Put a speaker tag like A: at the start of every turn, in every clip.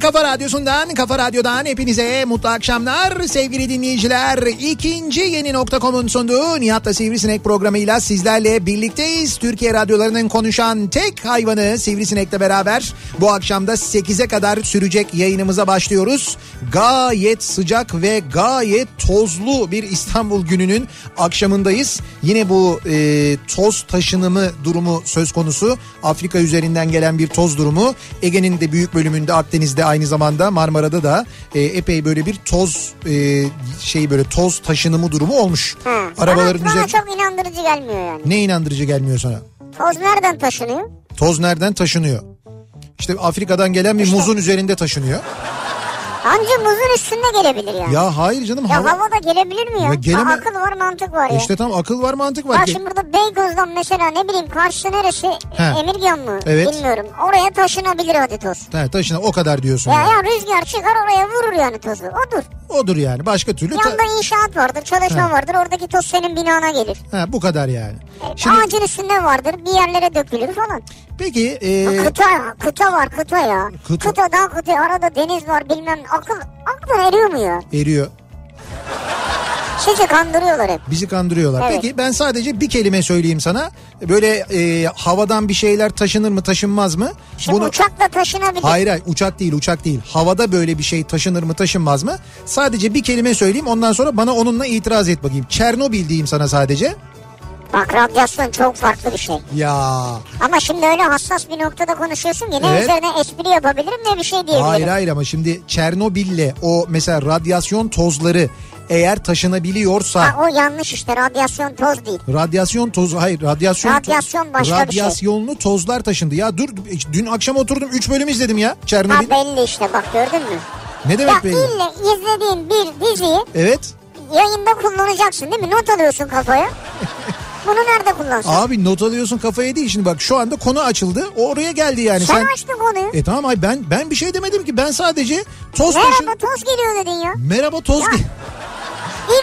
A: Kafa Radyosu'ndan, Kafa Radyo'dan hepinize mutlu akşamlar sevgili dinleyiciler. İkinci yeni nokta.com'un sunduğu Nihat'la Sivrisinek programıyla sizlerle birlikteyiz. Türkiye radyolarının konuşan tek hayvanı Sivrisinek'le beraber bu akşamda 8'e kadar sürecek yayınımıza başlıyoruz. Gayet sıcak ve gayet tozlu bir İstanbul gününün akşamındayız. Yine bu e, toz taşınımı durumu söz konusu. Afrika üzerinden gelen bir toz durumu. Ege'nin de büyük bölümünde Akdeniz'de aynı zamanda Marmara'da da e, epey böyle bir toz e, şey böyle toz taşınımı durumu olmuş.
B: Ha.
A: Arabaların
B: bana, bana
A: üzerine
B: çok inandırıcı gelmiyor yani.
A: ne inandırıcı gelmiyor sana?
B: Toz nereden taşınıyor?
A: Toz nereden taşınıyor? İşte Afrika'dan gelen bir muzun üzerinde taşınıyor.
B: Anca muzun üstünde gelebilir yani. Ya,
A: Ya hayır canım
B: hava...
A: hava.
B: da gelebilir mi ya?
A: Ya geleme-
B: Ha, akıl var mantık var ya.
A: İşte tam akıl var mantık var.
B: Bak
A: ki.
B: şimdi burada Beykoz'dan mesela ne bileyim karşı neresi
A: He.
B: Emirgan mı
A: Evet.
B: bilmiyorum. Oraya taşınabilir hadi toz.
A: Ha, taşına o kadar diyorsun.
B: Ya
A: yani.
B: ya rüzgar çıkar oraya vurur yani tozu. Odur.
A: Odur yani başka türlü. ta-
B: Yanda inşaat vardır, çalışma
A: He.
B: vardır. Oradaki toz senin binana gelir.
A: ha, bu kadar yani.
B: E,
A: Şimdi
B: Ağacın üstünde vardır, bir yerlere dökülür falan.
A: peki e,
B: Kıta ya, kıta var kıta ya.
A: Kıta.
B: Kıta. Kıtadan kıta arada deniz var bilmem akıl aklın eriyor mu ya?
A: eriyor.
B: Sizi kandırıyorlar hep.
A: Bizi kandırıyorlar.
B: Evet.
A: Peki ben sadece bir kelime söyleyeyim sana. Böyle e, havadan bir şeyler taşınır mı taşınmaz mı?
B: Şimdi uçakla taşınabilir.
A: Hayır hayır uçak değil uçak değil. Havada böyle bir şey taşınır mı taşınmaz mı? Sadece bir kelime söyleyeyim ondan sonra bana onunla itiraz et bakayım. Çernobil diyeyim sana sadece.
B: Bak radyasyon çok farklı bir şey.
A: Ya
B: Ama şimdi öyle hassas bir noktada konuşuyorsun ki ne
A: Evet.
B: üzerine espri yapabilirim ne bir şey diyebilirim.
A: Hayır hayır ama şimdi Çernobil'le o mesela radyasyon tozları eğer taşınabiliyorsa
B: Ha, o yanlış işte radyasyon toz değil.
A: Radyasyon tozu hayır radyasyon
B: Radyasyon başka bir şey.
A: radyasyonlu tozlar taşındı. Ya dur dün akşam oturdum 3 bölüm izledim ya
B: Ha
A: Çernobil.
B: belli işte bak gördün mü?
A: Ne
B: Ya
A: demek be?
B: illa izlediğin bir diziyi
A: Evet.
B: yayında kullanacaksın değil mi? Not alıyorsun kafaya. Bunu nerede kullansın?
A: Abi not alıyorsun kafaya değil şimdi bak şu anda konu açıldı. O oraya geldi yani
B: sen,
A: sen.
B: açtın konuyu.
A: E tamam ay ben ben bir şey demedim ki ben sadece toz taşı
B: Merhaba toz geliyor dedin ya.
A: Merhaba toz ge-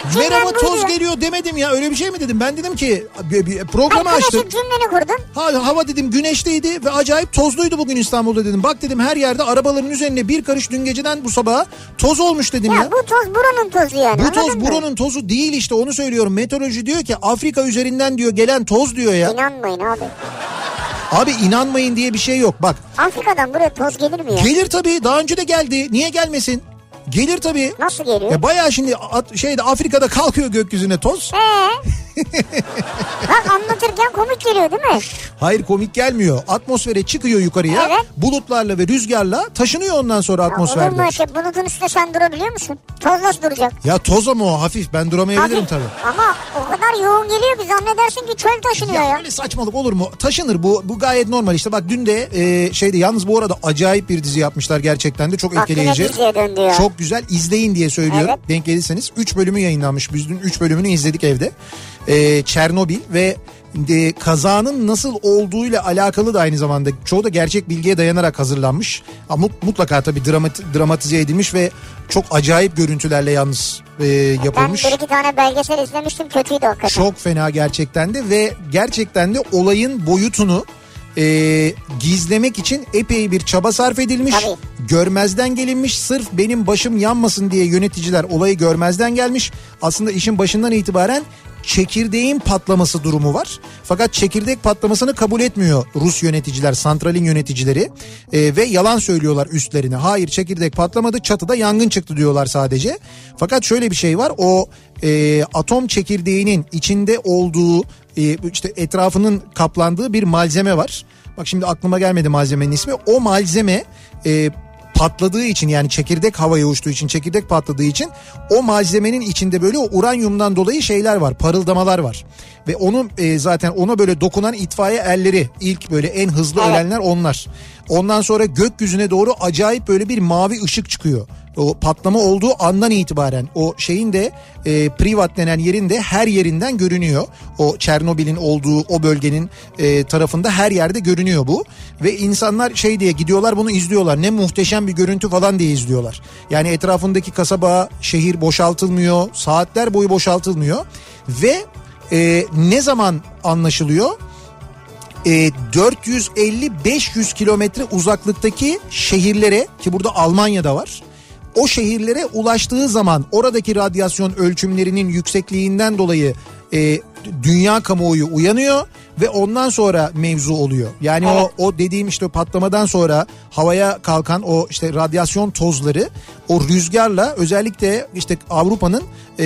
B: İlk cümlen
A: Merhaba
B: buydu
A: toz
B: ya.
A: geliyor demedim ya öyle bir şey mi dedim? Ben dedim ki bir- bir programı
B: Arkadaşım
A: açtım.
B: cümleni kurdun.
A: Ha, hava dedim güneşliydi ve acayip tozluydu bugün İstanbul'da dedim. Bak dedim her yerde arabaların üzerine bir karış dün geceden bu sabaha toz olmuş dedim
B: Ya,
A: ya.
B: bu toz buranın tozu yani.
A: Bu
B: anladın
A: toz
B: mı?
A: buranın tozu değil işte onu söylüyorum. Meteoroloji diyor ki Afrika üzerinden diyor gelen toz diyor ya.
B: İnanmayın abi.
A: Abi inanmayın diye bir şey yok. Bak
B: Afrika'dan buraya toz gelir mi ya?
A: gelir tabii daha önce de geldi. Niye gelmesin? Gelir tabii.
B: Nasıl geliyor?
A: E bayağı şimdi at- şeyde Afrika'da kalkıyor gökyüzüne toz.
B: Ee? Bak anlatırken komik geliyor değil mi?
A: Hayır komik gelmiyor. Atmosfere çıkıyor yukarıya.
B: Evet.
A: Bulutlarla ve rüzgarla taşınıyor ondan sonra
B: Atmosferde. Olur
A: atmosferde.
B: mu şey? Bulutun üstünde sen durabiliyor musun? Toz nasıl duracak?
A: Ya toz ama o hafif ben duramayabilirim
B: Abi,
A: tabii.
B: Ama o kadar yoğun geliyor ki zannedersin ki çöl taşınıyor
A: Ya
B: ya.
A: öyle saçmalık olur mu? Taşınır bu. Bu gayet normal işte. Bak dün de e, şeyde yalnız bu arada acayip bir dizi yapmışlar gerçekten de çok
B: Bak yine
A: etkileyici.
B: diziye şey döndü ya.
A: Çok güzel izleyin diye söylüyorum.
B: Evet.
A: Denk gelirseniz 3 bölümü yayınlanmış. Biz dün 3 bölümünü izledik evde. E, Çernobil ve e, kazanın nasıl olduğuyla alakalı da aynı zamanda çoğu da gerçek bilgiye dayanarak hazırlanmış. Ama mut- mutlaka tabii dramat- dramatize edilmiş ve çok acayip görüntülerle yalnız e,
B: Ben
A: yapılmış.
B: bir iki tane belgesel izlemiştim kötüydü hakikaten.
A: Çok fena gerçekten de ve gerçekten de olayın boyutunu e, gizlemek için epey bir çaba sarf edilmiş.
B: Tabii.
A: Görmezden gelinmiş. Sırf benim başım yanmasın diye yöneticiler olayı görmezden gelmiş. Aslında işin başından itibaren çekirdeğin patlaması durumu var. Fakat çekirdek patlamasını kabul etmiyor Rus yöneticiler, santralin yöneticileri E, ve yalan söylüyorlar üstlerine. Hayır çekirdek patlamadı, çatıda yangın çıktı diyorlar sadece. Fakat şöyle bir şey var. O e, atom çekirdeğinin içinde olduğu e, işte etrafının kaplandığı bir malzeme var. Bak şimdi aklıma gelmedi malzemenin ismi. O malzeme e, patladığı için yani çekirdek havaya uçtuğu için çekirdek patladığı için o malzemenin içinde böyle o uranyumdan dolayı şeyler var parıldamalar var ve onu e, zaten ona böyle dokunan itfaiye erleri ilk böyle en hızlı
B: Evet.
A: ölenler onlar ondan sonra gökyüzüne doğru acayip böyle bir mavi ışık çıkıyor o patlama olduğu andan itibaren o şeyin de e, Privat denen yerin de her yerinden görünüyor. O Çernobil'in olduğu o bölgenin e, tarafında her yerde görünüyor bu. Ve insanlar şey diye gidiyorlar bunu izliyorlar. Ne muhteşem bir görüntü falan diye izliyorlar. Yani etrafındaki kasaba, şehir boşaltılmıyor. Saatler boyu boşaltılmıyor. Ve e, ne zaman anlaşılıyor? e, 450-500 kilometre uzaklıktaki şehirlere ki burada Almanya'da var. O şehirlere ulaştığı zaman oradaki radyasyon ölçümlerinin yüksekliğinden dolayı e, dünya kamuoyu uyanıyor ve ondan sonra mevzu oluyor. Yani
B: Evet.
A: o o dediğim işte patlamadan sonra havaya kalkan o işte radyasyon tozları o rüzgarla özellikle işte Avrupa'nın e,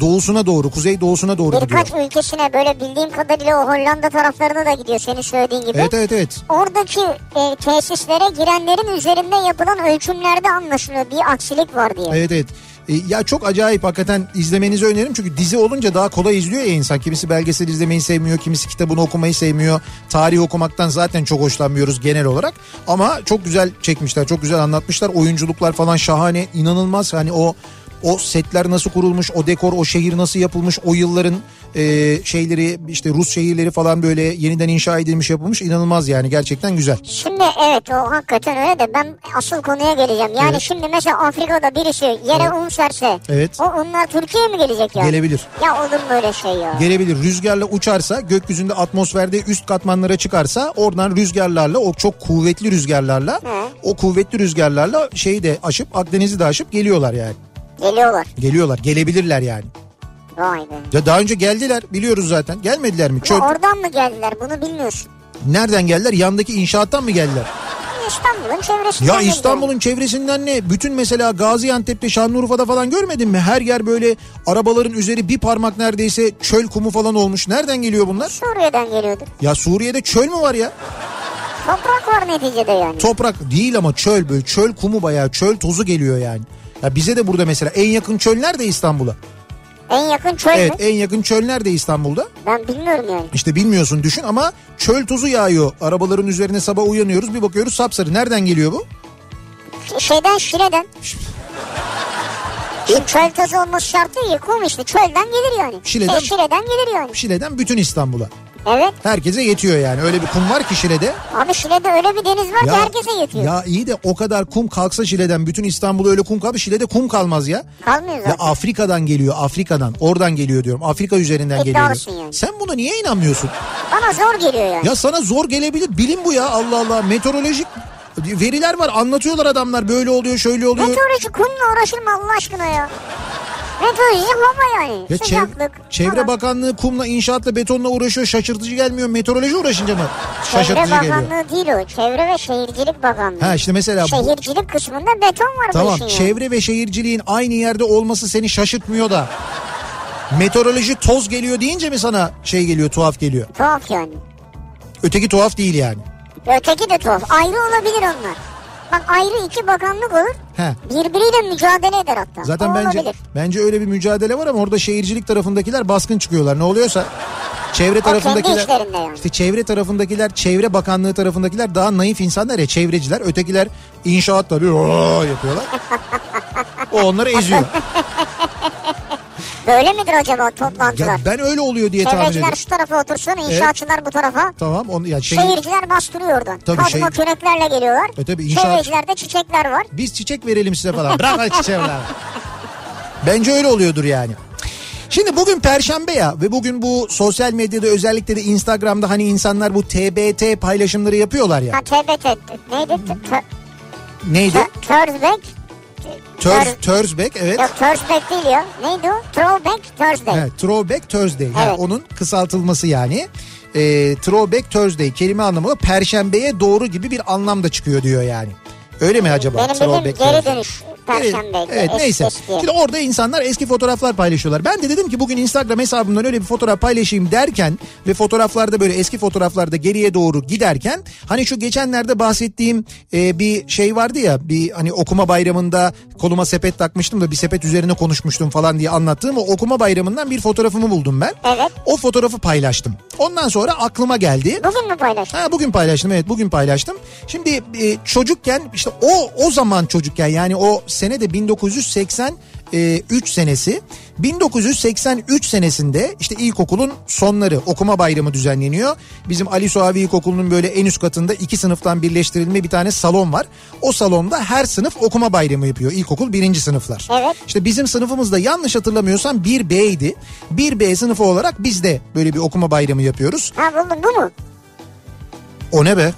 A: doğusuna doğru, kuzey doğusuna doğru gidiyor.
B: Birkaç ülkesine böyle bildiğim kadarıyla o Hollanda taraflarına da gidiyor senin söylediğin gibi.
A: Evet evet evet.
B: Oradaki e, tesislere girenlerin üzerinde yapılan ölçümlerde anlaşılıyor bir aksilik var diye.
A: Evet evet. E, Ya çok acayip hakikaten izlemenizi öneririm çünkü dizi olunca daha kolay izliyor ya insan. Kimisi belgesel izlemeyi sevmiyor, kimisi kitabını okumayı sevmiyor. Tarih okumaktan zaten çok hoşlanmıyoruz genel olarak. Ama çok güzel çekmişler, çok güzel anlatmışlar. Oyunculuklar falan şahane, inanılmaz. Hani o o setler nasıl kurulmuş, o dekor, o şehir nasıl yapılmış, o yılların e, şeyleri işte Rus şehirleri falan böyle yeniden inşa edilmiş yapılmış inanılmaz yani gerçekten güzel.
B: Şimdi evet o hakikaten öyle de ben asıl konuya geleceğim. Yani
A: Evet.
B: şimdi mesela Afrika'da birisi yere un serse
A: Evet.
B: o unlar Türkiye'ye mi gelecek ya?
A: Gelebilir.
B: Ya olur mu öyle şey ya?
A: gelebilir. Rüzgarla uçarsa gökyüzünde atmosferde üst katmanlara çıkarsa oradan rüzgarlarla o çok kuvvetli rüzgarlarla
B: Hı.
A: o kuvvetli rüzgarlarla şeyi de aşıp Akdeniz'i de aşıp geliyorlar yani.
B: Geliyorlar.
A: Geliyorlar gelebilirler yani.
B: Vay be.
A: Ya daha önce geldiler biliyoruz zaten. Gelmediler mi? Çöl,
B: Ama oradan mı geldiler bunu bilmiyorsun.
A: nereden geldiler? Yandaki inşaattan mı geldiler?
B: İstanbul'un çevresinden
A: Ya
B: geldiler.
A: İstanbul'un çevresinden ne? Bütün mesela Gaziantep'te, Şanlıurfa'da falan görmedin mi? Her yer böyle arabaların üzeri bir parmak neredeyse çöl kumu falan olmuş. Nereden geliyor bunlar?
B: Suriye'den geliyordur.
A: Ya Suriye'de çöl mü var ya?
B: Toprak var neticede yani.
A: Toprak değil ama çöl böyle çöl kumu bayağı çöl tozu geliyor yani. Ya bize de burada mesela en yakın çöl nerede İstanbul'a?
B: en yakın çöl
A: Evet
B: mü?
A: en yakın çöl nerede İstanbul'da?
B: Ben bilmiyorum yani.
A: İşte bilmiyorsun düşün ama çöl tozu yağıyor. Arabaların üzerine sabah uyanıyoruz bir bakıyoruz sapsarı. Nereden geliyor bu?
B: Ş- Şeyden Şile'den. Şimdi çöl tozu olması şart değil ki, kum işte çölden gelir yani.
A: Şile'den-
B: E, Şile'den gelir yani.
A: Şile'den bütün İstanbul'a.
B: Evet
A: Herkese yetiyor yani. Öyle bir kum var ki Şile'de.
B: abi Şile'de öyle bir deniz var ki herkese yetiyor.
A: Ya iyi de o kadar kum kalksa Şile'den bütün İstanbul'a öyle kum kalır. Şile'de kum kalmaz ya.
B: Kalmıyor
A: Ya
B: zaten.
A: Afrika'dan geliyor, Afrika'dan. Oradan geliyor diyorum. Afrika üzerinden geliyor.
B: İddialısın E, yani.
A: Sen buna niye inanmıyorsun?
B: Bana zor geliyor yani.
A: Ya sana zor gelebilir. Bilim bu ya Allah Allah. Meteorolojik veriler var. Anlatıyorlar adamlar böyle oluyor, şöyle oluyor.
B: Meteoroloji kumla uğraşır mı Allah aşkına ya? Meteoroloji hava yani.
A: Ya çev-
B: Sıcaklık.
A: Çevre
B: falan.
A: Bakanlığı kumla, inşaatla, betonla uğraşıyor. Şaşırtıcı gelmiyor. Meteoroloji uğraşınca mı
B: Çevre
A: şaşırtıcı geliyor?
B: Bakanlığı değil o. Çevre ve Şehircilik Bakanlığı.
A: Ha işte mesela bu.
B: Şehircilik kısmında beton var bu
A: Tamam
B: işin yani.
A: çevre ve şehirciliğin aynı yerde olması seni şaşırtmıyor da. Meteoroloji toz geliyor deyince mi sana şey geliyor tuhaf geliyor?
B: Tuhaf yani.
A: Öteki tuhaf değil yani.
B: Öteki de tuhaf. Ayrı olabilir onlar. Bak ayrı iki bakanlık olur.
A: He.
B: Birbiriyle mücadele eder hatta.
A: Zaten
B: O
A: bence
B: olabilir.
A: bence öyle bir mücadele var ama orada şehircilik tarafındakiler baskın çıkıyorlar. Ne oluyorsa çevre tarafındakiler
B: işlerinde yani.
A: işte çevre tarafındakiler, çevre bakanlığı tarafındakiler daha naif insanlar ya çevreciler. Ötekiler inşaatla bir "Oo" yapıyorlar. o onları eziyor.
B: Böyle midir acaba
A: Ya
B: toplantılar?
A: ben öyle oluyor diye tahmin
B: Çevreciler
A: ediyorum.
B: şu tarafa otursun, inşaatçılar bu tarafa.
A: Tamam onu ya şehir,
B: Şehirciler bastırıyor oradan.
A: Tabii
B: Kazma
A: şehir-
B: küreklerle geliyorlar.
A: E tabii inşaat-
B: Çevrecilerde çiçekler var.
A: biz çiçek verelim size falan. Bırak çiçeği falan. Bence öyle oluyordur yani. Şimdi bugün perşembe ya ve bugün bu sosyal medyada özellikle de Instagram'da hani insanlar bu TBT paylaşımları yapıyorlar ya.
B: Ha TBT neydi? T- t-
A: Neydi?
B: t- Thursday.
A: Thurs, Thursday evet.
B: Yok Thursday değil ya. Neydi o? Throwback Thursday.
A: Evet, throwback Thursday. Ha,
B: Evet.
A: onun kısaltılması yani. E, throwback Thursday kelime anlamı da perşembeye doğru gibi bir anlam da çıkıyor diyor yani. Öyle mi acaba?
B: Benim bildiğim
A: Throwback
B: geri
A: Thursday.
B: dönüş
A: Evet,
B: Perşembeydi.
A: evet
B: Es-
A: neyse.
B: eski.
A: Şimdi orada insanlar eski fotoğraflar paylaşıyorlar. Ben de dedim ki bugün Instagram hesabımdan öyle bir fotoğraf paylaşayım derken ve fotoğraflarda böyle eski fotoğraflarda geriye doğru giderken hani şu geçenlerde bahsettiğim e, bir şey vardı ya bir hani okuma bayramında koluma sepet takmıştım da bir sepet üzerine konuşmuştum falan diye anlattığım o okuma bayramından bir fotoğrafımı buldum ben.
B: Evet.
A: O fotoğrafı paylaştım. Ondan sonra aklıma geldi.
B: Bugün mü paylaştın?
A: Ha bugün paylaştım evet bugün paylaştım. Şimdi e, çocukken işte o o zaman çocukken yani o sene de 1983 e, senesi. 1983 senesinde işte ilkokulun sonları okuma bayramı düzenleniyor. Bizim Ali Suavi İlkokulu'nun böyle en üst katında iki sınıftan birleştirilme bir tane salon var. O salonda her sınıf okuma bayramı yapıyor ilkokul birinci sınıflar.
B: Evet.
A: İşte bizim sınıfımızda yanlış hatırlamıyorsam 1B'ydi. 1B sınıfı olarak biz de böyle bir okuma bayramı yapıyoruz.
B: Ha buldum bu mu?
A: O ne be?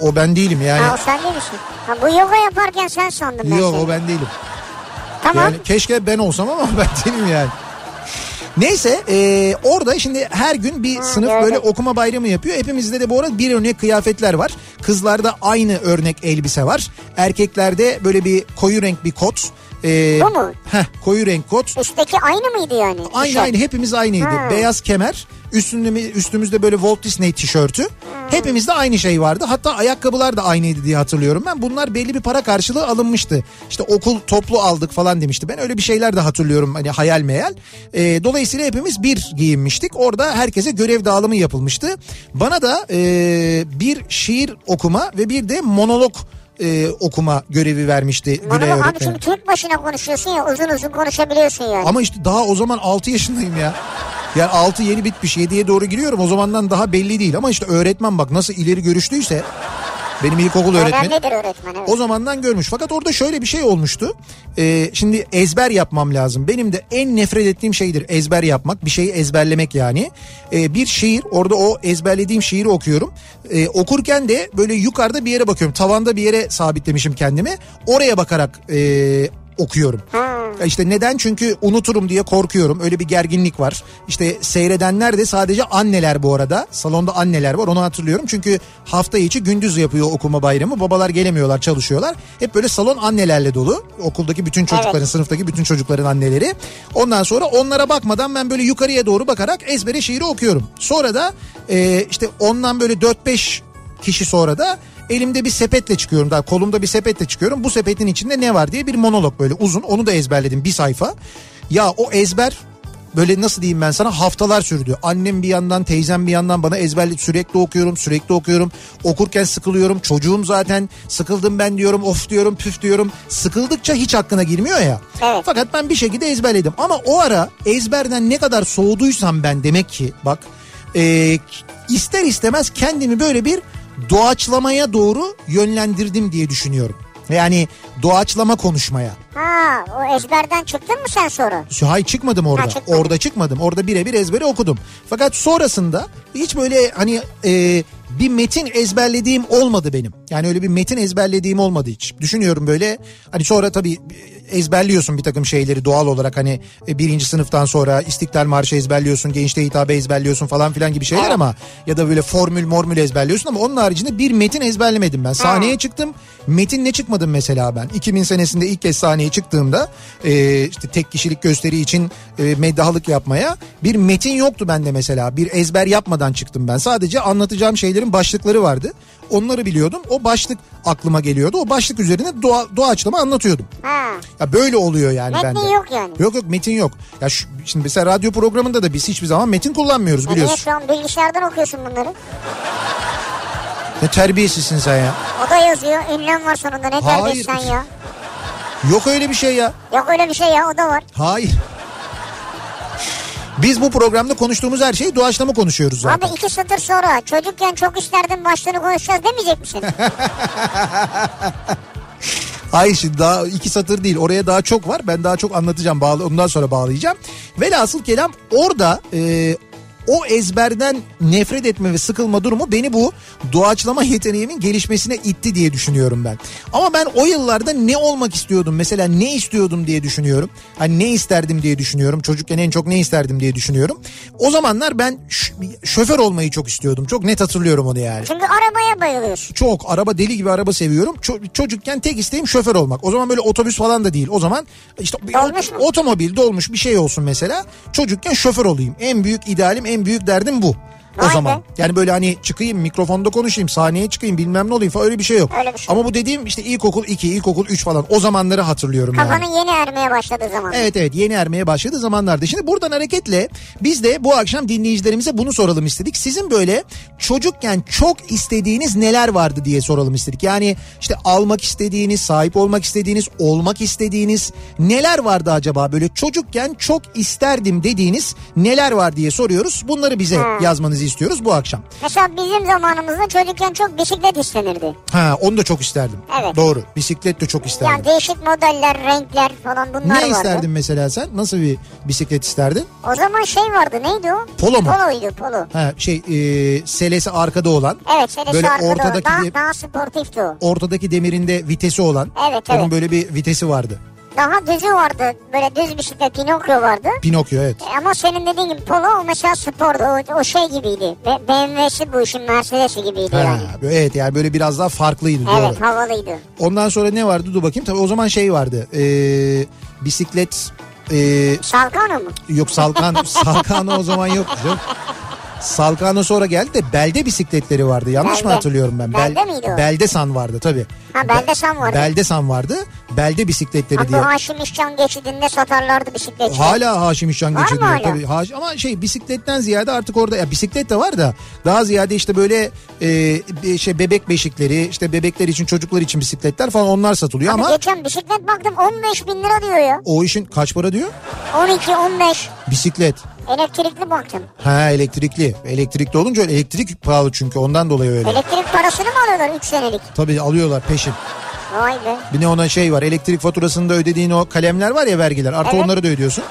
A: O ben değilim yani.
B: Ha, o sen değil misin? Ha, bu yoga yaparken sen sandım ben
A: Yok
B: seni.
A: o ben değilim.
B: Tamam.
A: Yani keşke ben olsam ama ben değilim yani. Neyse e, orada şimdi her gün bir sınıf
B: evet.
A: böyle okuma bayramı yapıyor. Hepimizde de bu arada bir örnek kıyafetler var. Kızlarda aynı örnek elbise var. Erkeklerde böyle bir koyu renk bir kot. E,
B: Bu mu? E,
A: Heh, koyu renk kot.
B: Üstteki aynı mıydı yani?
A: Aynı
B: Tişört.
A: aynı hepimiz aynıydı.
B: Ha.
A: Beyaz kemer, üstünde, üstümüzde böyle Walt Disney tişörtü. Hepimizde aynı şey vardı. Hatta ayakkabılar da aynıydı diye hatırlıyorum ben. Bunlar belli bir para karşılığı alınmıştı. İşte okul toplu aldık falan demişti. Ben öyle bir şeyler de hatırlıyorum hani hayal meyal. Ee, dolayısıyla hepimiz bir giyinmiştik. Orada herkese görev dağılımı yapılmıştı. Bana da ee, bir şiir okuma ve bir de monolog ee, okuma görevi vermişti
B: Bana
A: Gülay
B: bak abi
A: öğretmenim.
B: şimdi tek başına konuşuyorsun ya uzun uzun konuşabiliyorsun yani.
A: Ama işte daha o zaman 6 yaşındayım ya. Yani 6 yeni bitmiş 7'ye doğru giriyorum o zamandan daha belli değil ama işte öğretmen bak nasıl ileri görüştüyse benim ilkokul öğretmenim.
B: Önemlidir öğretmen evet.
A: O zamandan görmüş. Fakat orada şöyle bir şey olmuştu. Ee, şimdi ezber yapmam lazım. Benim de en nefret ettiğim şeydir ezber yapmak. Bir şeyi ezberlemek yani. Ee, bir şiir orada o ezberlediğim şiiri okuyorum. Ee, okurken de böyle yukarıda bir yere bakıyorum. Tavanda bir yere sabitlemişim kendimi. Oraya bakarak e, okuyorum. Ya İşte neden? Çünkü unuturum diye korkuyorum. Öyle bir gerginlik var. İşte seyredenler de sadece anneler bu arada. Salonda anneler var onu hatırlıyorum. Çünkü hafta içi gündüz yapıyor okuma bayramı. Babalar gelemiyorlar çalışıyorlar. Hep böyle salon annelerle dolu. Okuldaki bütün çocukların, sınıftaki bütün çocukların anneleri. Ondan sonra onlara bakmadan ben böyle yukarıya doğru bakarak ezbere şiiri okuyorum. Sonra da e, işte ondan böyle 4-5 kişi sonra da elimde bir sepetle çıkıyorum daha kolumda bir sepetle çıkıyorum bu sepetin içinde ne var diye bir monolog böyle uzun onu da ezberledim bir sayfa ya o ezber böyle nasıl diyeyim ben sana haftalar sürdü. Annem bir yandan teyzem bir yandan bana ezberli sürekli okuyorum sürekli okuyorum. Okurken sıkılıyorum çocuğum zaten sıkıldım ben diyorum of diyorum püf diyorum. Sıkıldıkça hiç hakkına girmiyor ya.
B: Evet.
A: Fakat ben bir şekilde ezberledim ama o ara ezberden ne kadar soğuduysam ben demek ki bak e, ister istemez kendimi böyle bir doğaçlamaya doğru yönlendirdim diye düşünüyorum. Yani doğaçlama konuşmaya.
B: Ha o ezberden çıktın mı sen sonra?
A: Hay çıkmadım orada.
B: Ha, çıkmadın.
A: Orada çıkmadım. Orada birebir ezberi okudum. Fakat sonrasında hiç böyle hani e, bir metin ezberlediğim olmadı benim. Yani öyle bir metin ezberlediğim olmadı hiç. Düşünüyorum böyle hani sonra tabii ezberliyorsun bir takım şeyleri doğal olarak hani e, birinci sınıftan sonra İstiklal Marşı ezberliyorsun, gençliğe hitabe ezberliyorsun falan filan gibi şeyler ama ya da böyle formül mormül ezberliyorsun ama onun haricinde bir metin ezberlemedim ben. Sahneye çıktım metinle çıkmadım mesela ben. 2000 senesinde ilk kez sahneye çıktığımda e, işte tek kişilik gösteri için e, meddahalık yapmaya bir metin yoktu bende mesela. Bir ezber yapmadan çıktım ben. Sadece anlatacağım şeylerin başlıkları vardı. Onları biliyordum. O başlık aklıma geliyordu. O başlık üzerine doğa, doğaçlama anlatıyordum.
B: Ha.
A: Ya böyle oluyor yani
B: Metnin
A: bende.
B: yok yani.
A: Yok yok metin yok. Ya şu, şimdi mesela radyo programında da biz hiçbir zaman metin kullanmıyoruz
B: E niye
A: biliyorsun.
B: şu an bilgisayardan okuyorsun bunları?
A: Ne terbiyesizsin sen ya.
B: O da yazıyor. Ünlem var sonunda. Ne
A: Hayır.
B: derdin sen ya?
A: Yok öyle bir şey ya.
B: Yok öyle bir şey ya. O da var.
A: Hayır. Biz bu programda konuştuğumuz her şeyi doğaçlama konuşuyoruz zaten.
B: Abi iki satır sonra çocukken çok isterdim başlığını konuşacağız demeyecek misin?
A: Hayır şimdi daha iki satır değil oraya daha çok var ben daha çok anlatacağım bağlı, ondan sonra bağlayacağım. Velhasıl kelam orada e, o ezberden nefret etme ve sıkılma durumu beni bu doğaçlama yeteneğimin gelişmesine itti diye düşünüyorum ben. Ama ben o yıllarda ne olmak istiyordum mesela ne istiyordum diye düşünüyorum. Hani ne isterdim diye düşünüyorum çocukken en çok ne isterdim diye düşünüyorum. O zamanlar ben ş- şoför olmayı çok istiyordum çok net hatırlıyorum onu yani.
B: Çünkü arabaya bayılıyorsun.
A: Çok araba deli gibi araba seviyorum. Ço- çocukken tek isteğim şoför olmak. O zaman böyle otobüs falan da değil. O zaman işte bir
B: Dolmuş mu?
A: otomobil dolmuş bir şey olsun mesela. Çocukken şoför olayım. En büyük idealim en büyük derdim bu. O
B: Vay
A: zaman.
B: be.
A: Yani böyle hani çıkayım mikrofonda konuşayım sahneye çıkayım bilmem ne olayım falan öyle bir şey yok.
B: Öyle bir şey
A: Ama bu dediğim işte ilkokul 2 ilkokul 3 falan o zamanları hatırlıyorum yani.
B: Kafanın yeni ermeye başladığı zaman.
A: Evet evet yeni ermeye başladığı zamanlarda. Şimdi buradan hareketle biz de bu akşam dinleyicilerimize bunu soralım istedik. Sizin böyle çocukken çok istediğiniz neler vardı diye soralım istedik. Yani işte almak istediğiniz, sahip olmak istediğiniz, olmak istediğiniz neler vardı acaba? Böyle çocukken çok isterdim dediğiniz neler var diye soruyoruz. Bunları bize yazmanızı istiyoruz bu akşam.
B: Mesela bizim zamanımızda çocukken çok bisiklet istenirdi.
A: Ha onu da çok isterdim.
B: Evet.
A: Doğru. Bisiklet de çok
B: Yani
A: isterdim.
B: değişik modeller, renkler falan bunlar vardı.
A: ne isterdin mesela sen? Nasıl bir bisiklet isterdin?
B: O zaman şey vardı neydi o?
A: Polo mu?
B: Polo'ydu polo.
A: Ha şey e, selesi arkada olan.
B: Evet şöyle
A: Böyle
B: şu arkada
A: ortadaki
B: daha,
A: bir-
B: daha sportifti o.
A: Ortadaki demirinde vitesi olan.
B: Evet,
A: Onun
B: evet.
A: böyle bir vitesi vardı.
B: Daha düzü vardı böyle düz bisiklet Pinokyo vardı.
A: Pinokyo evet.
B: E, Ama senin dediğin gibi polo o mesela spordu o, o şey gibiydi. Be- BMW'si bu işin Mercedes'i gibiydi yani.
A: Ha, evet yani böyle biraz daha farklıydı. doğru.
B: Evet havalıydı.
A: Ondan sonra ne vardı dur bakayım. Tabii o zaman şey vardı. Ee, bisiklet ee,
B: Salkano mu?
A: yok Salkan Salkanı o zaman yoktu. canım. Salkanı sonra geldi de belde bisikletleri vardı. Yanlış mı
B: Belde.
A: hatırlıyorum ben?
B: Belde miydi o?
A: Beldesan vardı tabii.
B: Ha Beldesan vardı.
A: Beldesan vardı. Belde bisikletleri
B: Hatta
A: diye.
B: Haşim İşcan geçidinde satarlardı bisikletçi.
A: Hala Haşim İşcan
B: Var mı
A: geçiriliyor
B: hala?
A: tabii. Haş- ama şey bisikletten ziyade artık orada ya bisiklet de var da daha ziyade işte böyle e, be- şey bebek beşikleri işte bebekler için çocuklar için bisikletler falan onlar satılıyor
B: Ama...
A: ama
B: Geçen bisiklet baktım 15 bin lira diyor ya.
A: o işin kaç para diyor?
B: 12-15
A: Bisiklet.
B: elektrikli baktım.
A: Ha elektrikli. Elektrikli olunca öyle elektrik pahalı çünkü ondan dolayı öyle.
B: Elektrik parasını mı alıyorlar 3 senelik?
A: Tabii alıyorlar peşin.
B: Vay be.
A: Bir de ona şey var elektrik faturasında ödediğin o kalemler var ya vergiler artı
B: Evet.
A: onları da ödüyorsun.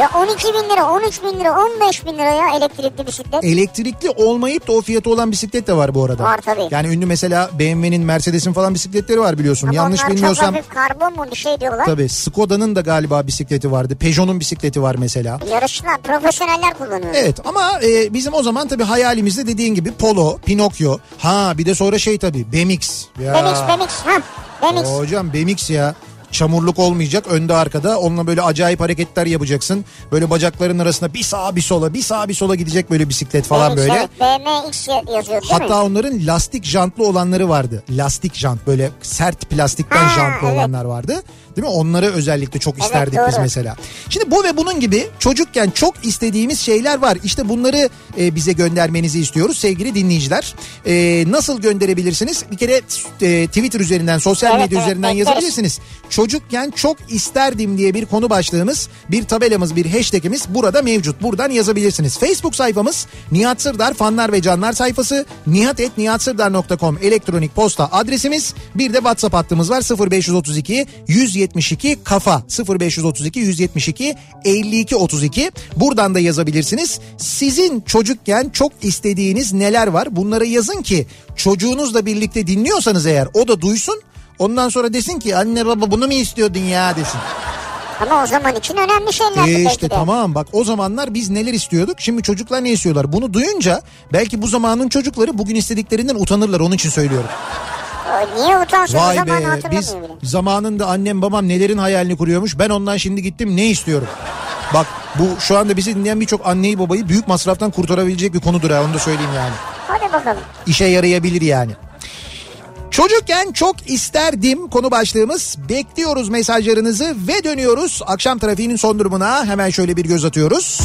B: Ya 12 bin lira, 13 bin lira, 15 bin lira ya elektrikli
A: E,
B: bisiklet.
A: Elektrikli olmayıp da o fiyatı olan bisiklet de var bu arada.
B: Var tabii.
A: Yani ünlü mesela BMW'nin Mercedes'in falan bisikletleri var biliyorsun.
B: Ama
A: Yanlış
B: onlar
A: bilmiyorsam
B: Çok hafif karbon mu bir şey diyorlar.
A: tabii Skoda'nın da galiba bisikleti vardı. Peugeot'un bisikleti var mesela.
B: Yarışlar, profesyoneller kullanıyor.
A: Evet ama e, bizim o zaman tabii hayalimizde dediğin gibi Polo, Pinokyo. Ha bir de sonra şey tabii BMX. Ya.
B: Bemix, Bemix, ha. Bemix.
A: Hocam BMX ya. Çamurluk olmayacak önde arkada onunla böyle acayip hareketler yapacaksın. Böyle bacakların arasında bir sağa bir sola bir sağa bir sola gidecek böyle bisiklet falan
B: Bemix,
A: böyle.
B: Evet, şey, BMX ya- yazıyor değil mi?
A: Hatta onların lastik jantlı olanları vardı. Lastik jant böyle sert plastikten
B: Ha,
A: jantlı
B: evet.
A: olanlar vardı. Değil mi? Onları özellikle çok isterdik biz
B: doğru.
A: mesela. Şimdi bu ve bunun gibi çocukken çok istediğimiz şeyler var. İşte bunları e, bize göndermenizi istiyoruz sevgili dinleyiciler. E, nasıl gönderebilirsiniz? Bir kere e, Twitter üzerinden, sosyal
B: Evet,
A: medya
B: evet,
A: üzerinden
B: bekleriz.
A: yazabilirsiniz. Çocukken çok isterdim diye bir konu başlığımız, bir tabelamız, bir hashtagimiz burada mevcut. Buradan yazabilirsiniz. Facebook sayfamız Nihat Sırdar fanlar ve canlar sayfası nihatetnihatsırdar.com elektronik posta adresimiz. Bir de WhatsApp hattımız var 0532 172 kafa 0532 172 52 32. Buradan da yazabilirsiniz. Sizin çocukken çok istediğiniz neler var? Bunları yazın ki çocuğunuzla birlikte dinliyorsanız eğer o da duysun. Ondan sonra desin ki anne baba bunu mu istiyordun ya desin.
B: Ama o zaman için önemli şeyler.
A: E
B: belki
A: işte
B: de.
A: tamam bak o zamanlar biz neler istiyorduk şimdi çocuklar ne istiyorlar bunu duyunca belki bu zamanın çocukları bugün istediklerinden utanırlar onun için söylüyorum.
B: O Niye utansın o
A: Vay
B: zaman
A: be
B: hatırlamıyor
A: biz
B: bile.
A: zamanında annem babam nelerin hayalini kuruyormuş ben ondan şimdi gittim ne istiyorum. Bak bu şu anda bizi dinleyen birçok anneyi babayı büyük masraftan kurtarabilecek bir konudur ha onu da söyleyeyim yani
B: Hadi bakalım.
A: işe yarayabilir yani. Çocukken çok isterdim konu başlığımız. Bekliyoruz mesajlarınızı ve dönüyoruz. Akşam trafiğinin son durumuna hemen şöyle bir göz atıyoruz.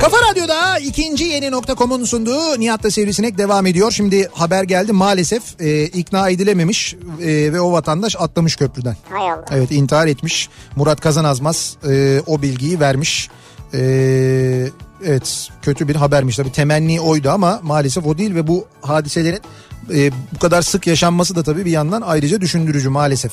A: Kafa Radyo'da ikinci yeni nokta.com'un sunduğu Nihat'ta Sivrisinek devam ediyor. Şimdi haber geldi maalesef e, ikna edilememiş e, ve o vatandaş atlamış köprüden.
B: Hay Allah.
A: Evet intihar etmiş. Murat Kazanazmaz e, o bilgiyi vermiş. E, evet kötü bir habermiş tabii temenni oydu ama maalesef o değil ve bu hadiselerin e, bu kadar sık yaşanması da tabii bir yandan ayrıca düşündürücü maalesef.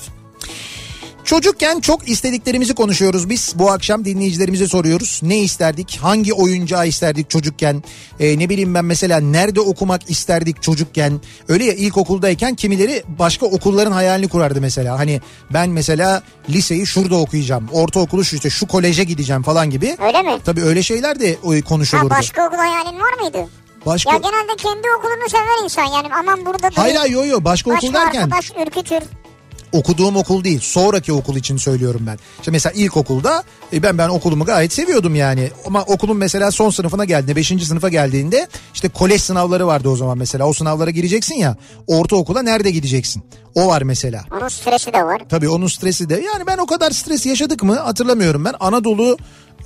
A: Çocukken çok istediklerimizi konuşuyoruz biz. Bu akşam dinleyicilerimize soruyoruz. Ne isterdik? Hangi oyuncağı isterdik çocukken? Ee, ne bileyim ben mesela nerede okumak isterdik çocukken? Öyle ya ilkokuldayken kimileri başka okulların hayalini kurardı mesela. Hani ben mesela liseyi şurada okuyacağım. Ortaokulu şu işte şu koleje gideceğim falan gibi.
B: Öyle mi?
A: Tabii öyle şeyler de e,
B: Ha,
A: konuşulurdu.
B: başka okul hayalin var mıydı?
A: Başka...
B: Ya genelde kendi okulunu sever insan yani aman burada
A: Hayır
B: durayım.
A: hayır yo yo başka okul
B: Başka
A: derken
B: arkadaş ürkütür.
A: okuduğum okul değil sonraki okul için söylüyorum ben. İşte mesela ilkokulda e, ben ben okulumu gayet seviyordum yani. Ama okulun mesela son sınıfına geldiğinde 5. sınıfa geldiğinde işte kolej sınavları vardı o zaman mesela. O sınavlara gireceksin ya ortaokula nerede gideceksin? O var mesela.
B: Onun stresi de var.
A: Tabii onun stresi de yani ben o kadar stres yaşadık mı hatırlamıyorum ben. Anadolu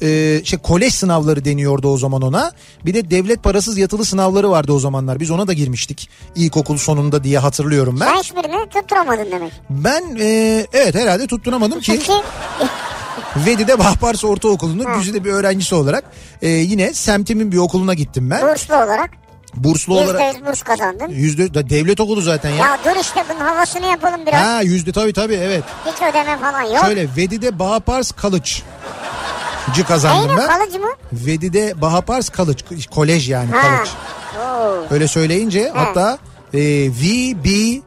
A: e, şey kolej sınavları deniyordu o zaman ona. Bir de devlet parasız yatılı sınavları vardı o zamanlar. Biz ona da girmiştik ilkokul sonunda diye hatırlıyorum
B: Sen
A: ben.
B: hiçbirini tutturamadın demek.
A: Ben e, evet herhalde tutturamadım ki
B: Çünkü
A: Vedi'de Bahpars Ortaokulu'nun güzide bir öğrencisi olarak e, yine semtimin bir okuluna gittim ben.
B: burslu olarak
A: Burslu olarak
B: %100 burs kazandın.
A: yüzde da devlet okulu zaten ya.
B: Ya dur işte bunun havasını yapalım biraz.
A: Ha yüzde tabii tabii evet.
B: Hiç ödeme falan yok.
A: Şöyle Vedi'de Bahpars Kalıç'cı kazandım
B: Neyle
A: ben.
B: kalıcı mı?
A: Vedi'de Bahapars Kalıç, kolej yani
B: Ha.
A: Kalıç.
B: Oo.
A: Öyle söyleyince hatta e, VB,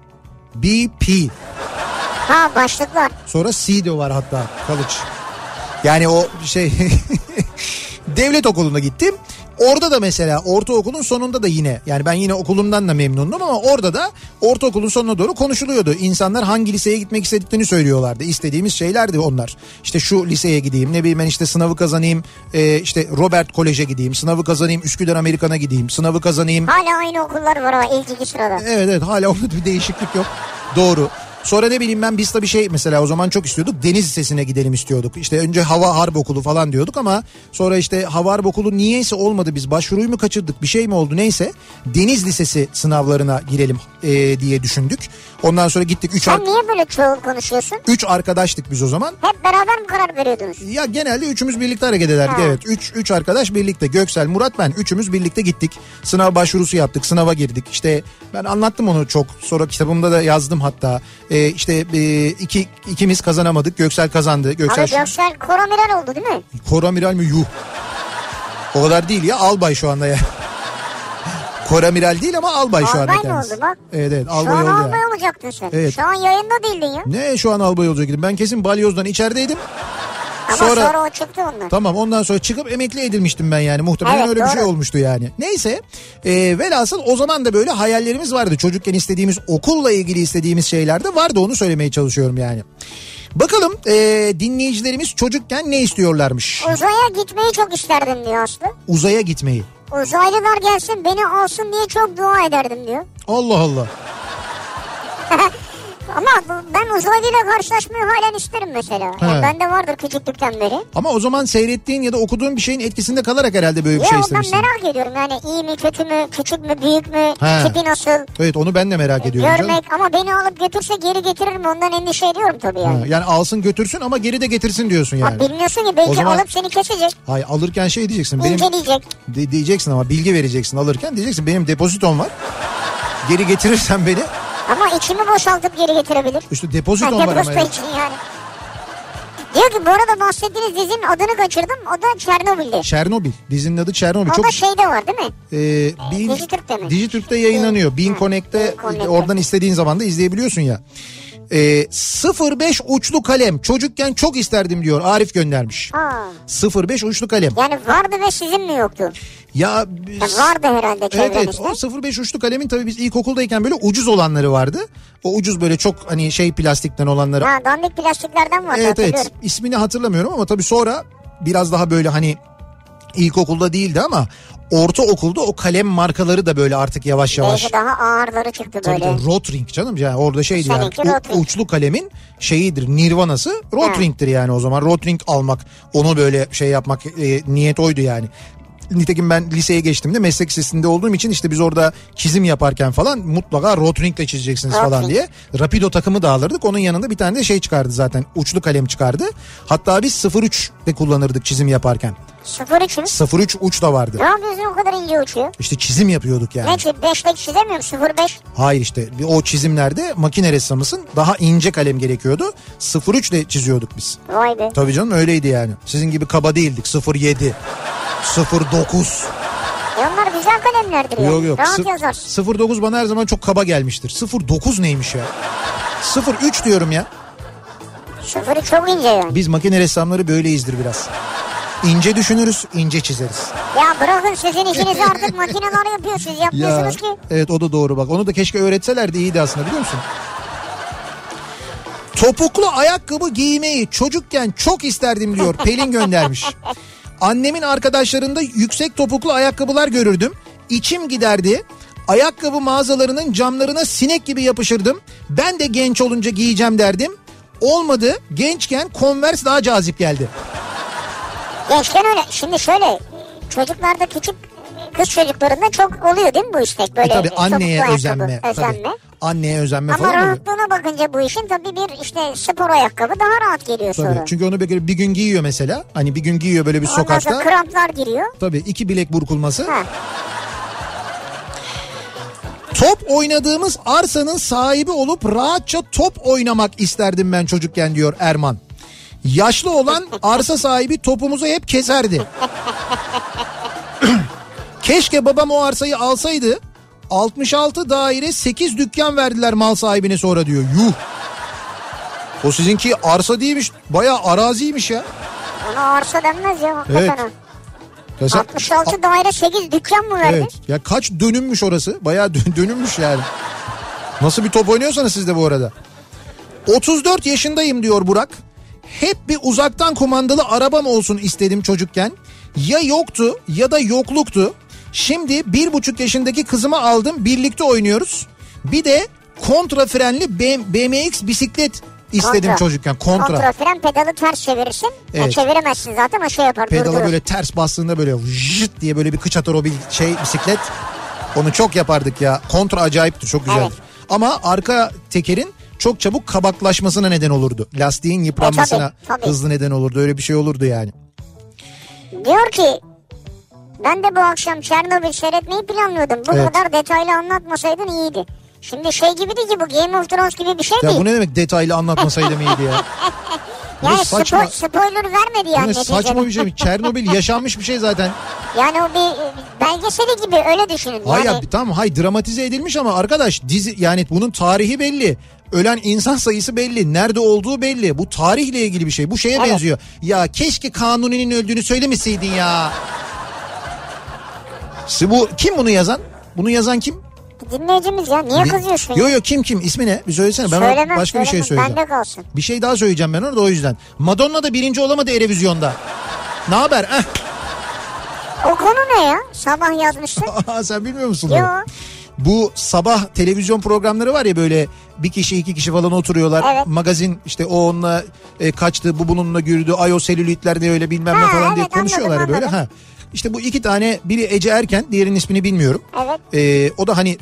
A: BP
B: Ha başlıklar.
A: sonra C de var hatta Kalıç. Yani o şey devlet okuluna gittim. Orada da mesela ortaokulun sonunda da yine yani ben yine okulumdan da memnundum ama orada da ortaokulun sonuna doğru konuşuluyordu. İnsanlar hangi liseye gitmek istediklerini söylüyorlardı. İstediğimiz şeylerdi onlar. İşte şu liseye gideyim ne bileyim ben işte sınavı kazanayım e, işte Robert Kolej'e gideyim sınavı kazanayım Üsküdar Amerikan'a gideyim sınavı kazanayım
B: Hala aynı okullar var ama ilk iki sırada.
A: Evet evet hala orada bir değişiklik yok. Doğru. Sonra ne bileyim ben biz bir şey mesela o zaman çok istiyorduk. Deniz Lisesi'ne gidelim istiyorduk. İşte önce Hava Harp Okulu falan diyorduk ama sonra işte Hava Harp Okulu niyeyse olmadı. Biz başvuruyu mu kaçırdık bir şey mi oldu neyse. Deniz Lisesi sınavlarına girelim eee, diye düşündük. Ondan sonra gittik 3
B: Sen niye böyle çoğul konuşuyorsun?
A: üç arkadaştık biz o zaman.
B: Hep beraber mi karar veriyordunuz?
A: Ya genelde üçümüz birlikte hareket ederdik
B: Ha.
A: evet. Üç, üç arkadaş birlikte Göksel, Murat ben üçümüz birlikte gittik. Sınav başvurusu yaptık sınava girdik. İşte ben anlattım onu çok sonra kitabımda da yazdım hatta. Ee, işte e, iki, ikimiz kazanamadık Göksel kazandı. Göksel
B: Abi
A: şu,
B: Göksel koromiral oldu değil mi?
A: Koramiral mi yuh. O kadar değil ya albay şu anda ya. Koramiral değil ama albay, şu anda
B: Albay mı
A: kendisi.
B: oldu bak?
A: Evet evet albay
B: Şu an
A: oldu yani.
B: albay olacaktın sen.
A: Evet.
B: Şu an yayında değildin ya.
A: Ne şu an albay olacaktım ben kesin balyozdan içerideydim.
B: Ama
A: Sonra-
B: sonra, o çıktı onlar.
A: Tamam ondan sonra çıkıp emekli edilmiştim ben yani muhtemelen
B: Evet,
A: öyle bir şey
B: doğru.
A: olmuştu yani. Neyse e, velhasıl o zaman da böyle hayallerimiz vardı çocukken istediğimiz okulla ilgili istediğimiz şeyler de vardı onu söylemeye çalışıyorum yani. Bakalım e, dinleyicilerimiz çocukken ne istiyorlarmış?
B: Uzaya gitmeyi çok isterdim diyor Aslı.
A: Uzaya gitmeyi.
B: Uzaylılar gelsin beni alsın diye çok dua ederdim diyor.
A: Allah Allah.
B: Ama bu- ben uzaylıyla karşılaşmayı halen isterim mesela.
A: He.
B: Yani bende vardır küçüklükten beri.
A: Ama o zaman seyrettiğin ya da okuduğun bir şeyin etkisinde kalarak herhalde böyle bir
B: Ya
A: şey
B: ben
A: istemişsin.
B: merak ediyorum yani iyi mi kötü mü küçük mü büyük mü
A: He.
B: tipi nasıl
A: Evet onu ben de merak ediyorum
B: E, görmek
A: canım.
B: ama beni alıp götürse geri getiririm ondan endişe ediyorum tabii yani.
A: Ha, Yani alsın götürsün ama geri de getirsin diyorsun
B: Bak
A: yani.
B: bilmiyorsun ki
A: O
B: belki
A: zaman-
B: alıp seni kesecek
A: Hay alırken şey diyeceksin. Benim
B: inceleyecek.
A: De- diyeceksin ama bilgi vereceksin alırken diyeceksin benim depozitom var. Geri getirirsen beni
B: Ama içimi boşaltıp geri getirebilir.
A: işte depozitom
B: Anca
A: var ama.
B: Bruce
A: ya.
B: için yani. Diyor ki bu arada bahsettiğiniz dizinin adını kaçırdım. O da Çernobil'di.
A: Çernobil. Dizinin adı Çernobil.
B: O
A: Çok
B: da şeyde var değil mi?
A: e, Bean-
B: Dijitürk'te mi?
A: Dijitürk'te yayınlanıyor. Bean
B: Ha,
A: Connect'te
B: Bean Connect'te.
A: e, oradan istediğin zaman da izleyebiliyorsun ya. E, 05 uçlu kalem. Çocukken çok isterdim diyor. Arif göndermiş.
B: Aa,
A: 05 uçlu kalem.
B: yani vardı ve sizin mi yoktu?
A: Ya şey
B: Ya vardı herhalde
A: Evet evet
B: çevrenizde.
A: o 05 uçlu kalemin tabii biz ilkokuldayken böyle ucuz olanları vardı. O ucuz böyle çok hani şey plastikten olanları
B: Ha, dandik plastiklerden vardı
A: Evet
B: hatırlıyorum.
A: evet ismini hatırlamıyorum ama tabii sonra biraz daha böyle hani ilkokulda değildi ama ortaokulda o kalem markaları da böyle artık yavaş yavaş.
B: Belki daha ağırları çıktı
A: Tabii
B: böyle.
A: tabii Rotring canım yani orada şeydi yani
B: Seninki
A: u-
B: Rotring.
A: uçlu kalemin şeyidir nirvanası Rotring'tir yani o zaman Rotring almak onu böyle şey yapmak e, niyet oydu yani. Nitekim ben liseye geçtiğimde meslek lisesinde olduğum için işte biz orada çizim yaparken falan mutlaka Rotring'le çizeceksiniz falan
B: Rotring.
A: diye. Rapido takımı da alırdık onun yanında bir tane de şey çıkardı zaten uçlu kalem çıkardı. Hatta biz 03 de kullanırdık çizim yaparken
B: 0-3 mü?
A: 03 uç da vardı.
B: Ne yapıyorsun o kadar ince uçuyor?
A: İşte çizim yapıyorduk yani.
B: Ne ki 5'lik çizemiyorum 0-5.
A: Hayır işte bir o çizimlerde makine ressamısın daha ince kalem gerekiyordu. 03 ile çiziyorduk biz.
B: Vay be.
A: Tabii canım öyleydi yani. Sizin gibi kaba değildik. 07, 09.
B: E onlar güzel kalemlerdir ya.
A: Yok yok.
B: Rahat
A: Sı-
B: yazarsın.
A: 09 bana her zaman çok kaba gelmiştir. 09 neymiş ya? 03 diyorum ya.
B: 0'ı çok ince yani.
A: Biz makine ressamları böyleyizdir biraz. İnce düşünürüz, ince çizeriz.
B: Ya bırakın sizin işinizi artık makineler yapıyor. Siz yapmıyorsunuz ki.
A: Evet o da doğru bak. Onu da keşke öğretselerdi iyiydi aslında biliyor musun? Topuklu ayakkabı giymeyi çocukken çok isterdim diyor Pelin göndermiş. Annemin arkadaşlarında yüksek topuklu ayakkabılar görürdüm. İçim giderdi. Ayakkabı mağazalarının camlarına sinek gibi yapışırdım. Ben de genç olunca giyeceğim derdim. Olmadı. Gençken Converse daha cazip geldi. E
B: Gençken öyle. Şimdi şöyle çocuklarda küçük kız çocuklarında çok oluyor değil mi bu istek? Böyle
A: E tabii
B: çok
A: anneye
B: ayakkabı,
A: özenme. tabii.
B: özenme.
A: Anneye özenme
B: Ama
A: falan oluyor.
B: rahatlığına bakınca bu işin tabii bir işte spor ayakkabı daha rahat geliyor
A: Tabii.
B: sonra.
A: Çünkü onu bir, bir gün giyiyor mesela. Hani bir gün giyiyor böyle bir
B: Ondan
A: sokakta.
B: sonra kramplar giriyor.
A: Tabii iki bilek burkulması.
B: Ha.
A: Top oynadığımız arsanın sahibi olup rahatça top oynamak isterdim ben çocukken diyor Erman. Yaşlı olan arsa sahibi topumuzu hep keserdi. Keşke babam o arsayı alsaydı. 66 daire 8 dükkan verdiler mal sahibine sonra diyor. Yuh. O sizinki arsa değilmiş. Bayağı araziymiş ya.
B: Ona arsa denmez ya hakikaten
A: Evet.
B: o.
A: Ya sen-
B: 66 daire 8 dükkan mı verdi?
A: Evet. Ya kaç dönümmüş orası? Bayağı dö- dönümmüş yani. Nasıl bir top oynuyorsanız siz de bu arada. 34 yaşındayım diyor Burak. Hep bir uzaktan kumandalı arabam olsun istedim çocukken. Ya yoktu ya da yokluktu. Şimdi bir buçuk yaşındaki kızımı aldım birlikte oynuyoruz. Bir de kontra frenli B- BMX bisiklet istedim
B: Kontra.
A: çocukken kontra.
B: Kontra fren pedalı ters çevirirsin. E,
A: Evet.
B: çeviremezsin zaten o şey yapar
A: Pedala
B: durdurur.
A: böyle ters bastığında böyle jıt diye böyle bir kıç atar o bir şey bisiklet. Onu çok yapardık ya. Kontra acayipti çok güzeldi.
B: Evet.
A: Ama arka tekerin çok çabuk kabaklaşmasına neden olurdu. Lastiğin yıpranmasına
B: E, tabii.
A: hızlı neden olurdu. Öyle bir şey olurdu yani.
B: Diyor ki ben de bu akşam Çernobil seyretmeyi planlıyordum. Bu
A: Evet.
B: kadar detaylı anlatmasaydın iyiydi. Şimdi şey gibi değil ki bu Game of Thrones gibi bir şey
A: Ya
B: değil.
A: bu ne demek detaylı anlatmasaydım iyiydi ya. Bu ne
B: yani
A: saçma,
B: spo- spoiler vermedi
A: bu
B: yani.
A: ne
B: neticede.
A: saçma bir şey. Çernobil yaşanmış bir şey zaten.
B: Yani o bir e, belgeseli gibi öyle düşünün.
A: Hayır
B: yani,
A: tamam hay dramatize edilmiş ama arkadaş dizi yani bunun tarihi belli. Ölen insan sayısı belli. Nerede olduğu belli. Bu tarihle ilgili bir şey. Bu şeye
B: Evet.
A: benziyor. Ya keşke Kanuni'nin öldüğünü söylemeseydin ya. Si- Bu kim bunu yazan? Bunu yazan kim?
B: dinleyicimiz ya niye kızıyorsun?
A: Yo yo kim kim? İsmi ne? Bir söylesene. Ben
B: Söylemem,
A: başka bir şey
B: söylemem.
A: söyleyeceğim.
B: Bende kalsın.
A: Bir şey daha söyleyeceğim ben orada o yüzden. Madonna da birinci olamadı Erevizyon'da. Ne haber? Eh.
B: O konu ne ya? Sabah yazmışsın.
A: Aa, sen bilmiyor musun? bunu?
B: Yo.
A: Bu sabah televizyon programları var ya böyle bir kişi iki kişi falan oturuyorlar.
B: Evet.
A: Magazin işte o onunla e, kaçtı bu bununla gürdü. Ay o selülitler ne öyle bilmem ne
B: Ha,
A: falan diye
B: evet,
A: konuşuyorlar
B: anladım,
A: böyle.
B: anladım.
A: Ha. İşte bu iki tane biri Ece Erken diğerinin ismini bilmiyorum.
B: Evet.
A: E, o da hani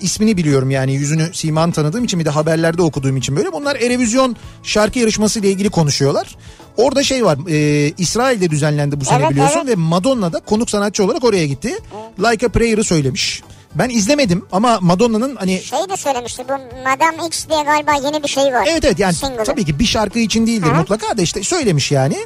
A: ismini biliyorum yani yüzünü siman tanıdığım için bir de haberlerde okuduğum için böyle. Bunlar Erevizyon şarkı yarışması ile ilgili konuşuyorlar. Orada şey var e, İsrail'de düzenlendi bu sene
B: Evet,
A: biliyorsun
B: evet.
A: ve Madonna da konuk sanatçı olarak oraya gitti. Like a Prayer'ı söylemiş. Ben izlemedim ama Madonna'nın hani
B: Şey de söylemişti bu Madame X diye galiba yeni bir şey var.
A: Evet evet yani
B: Single'ı.
A: tabii ki bir şarkı için değildir
B: Aha.
A: mutlaka da işte söylemiş yani.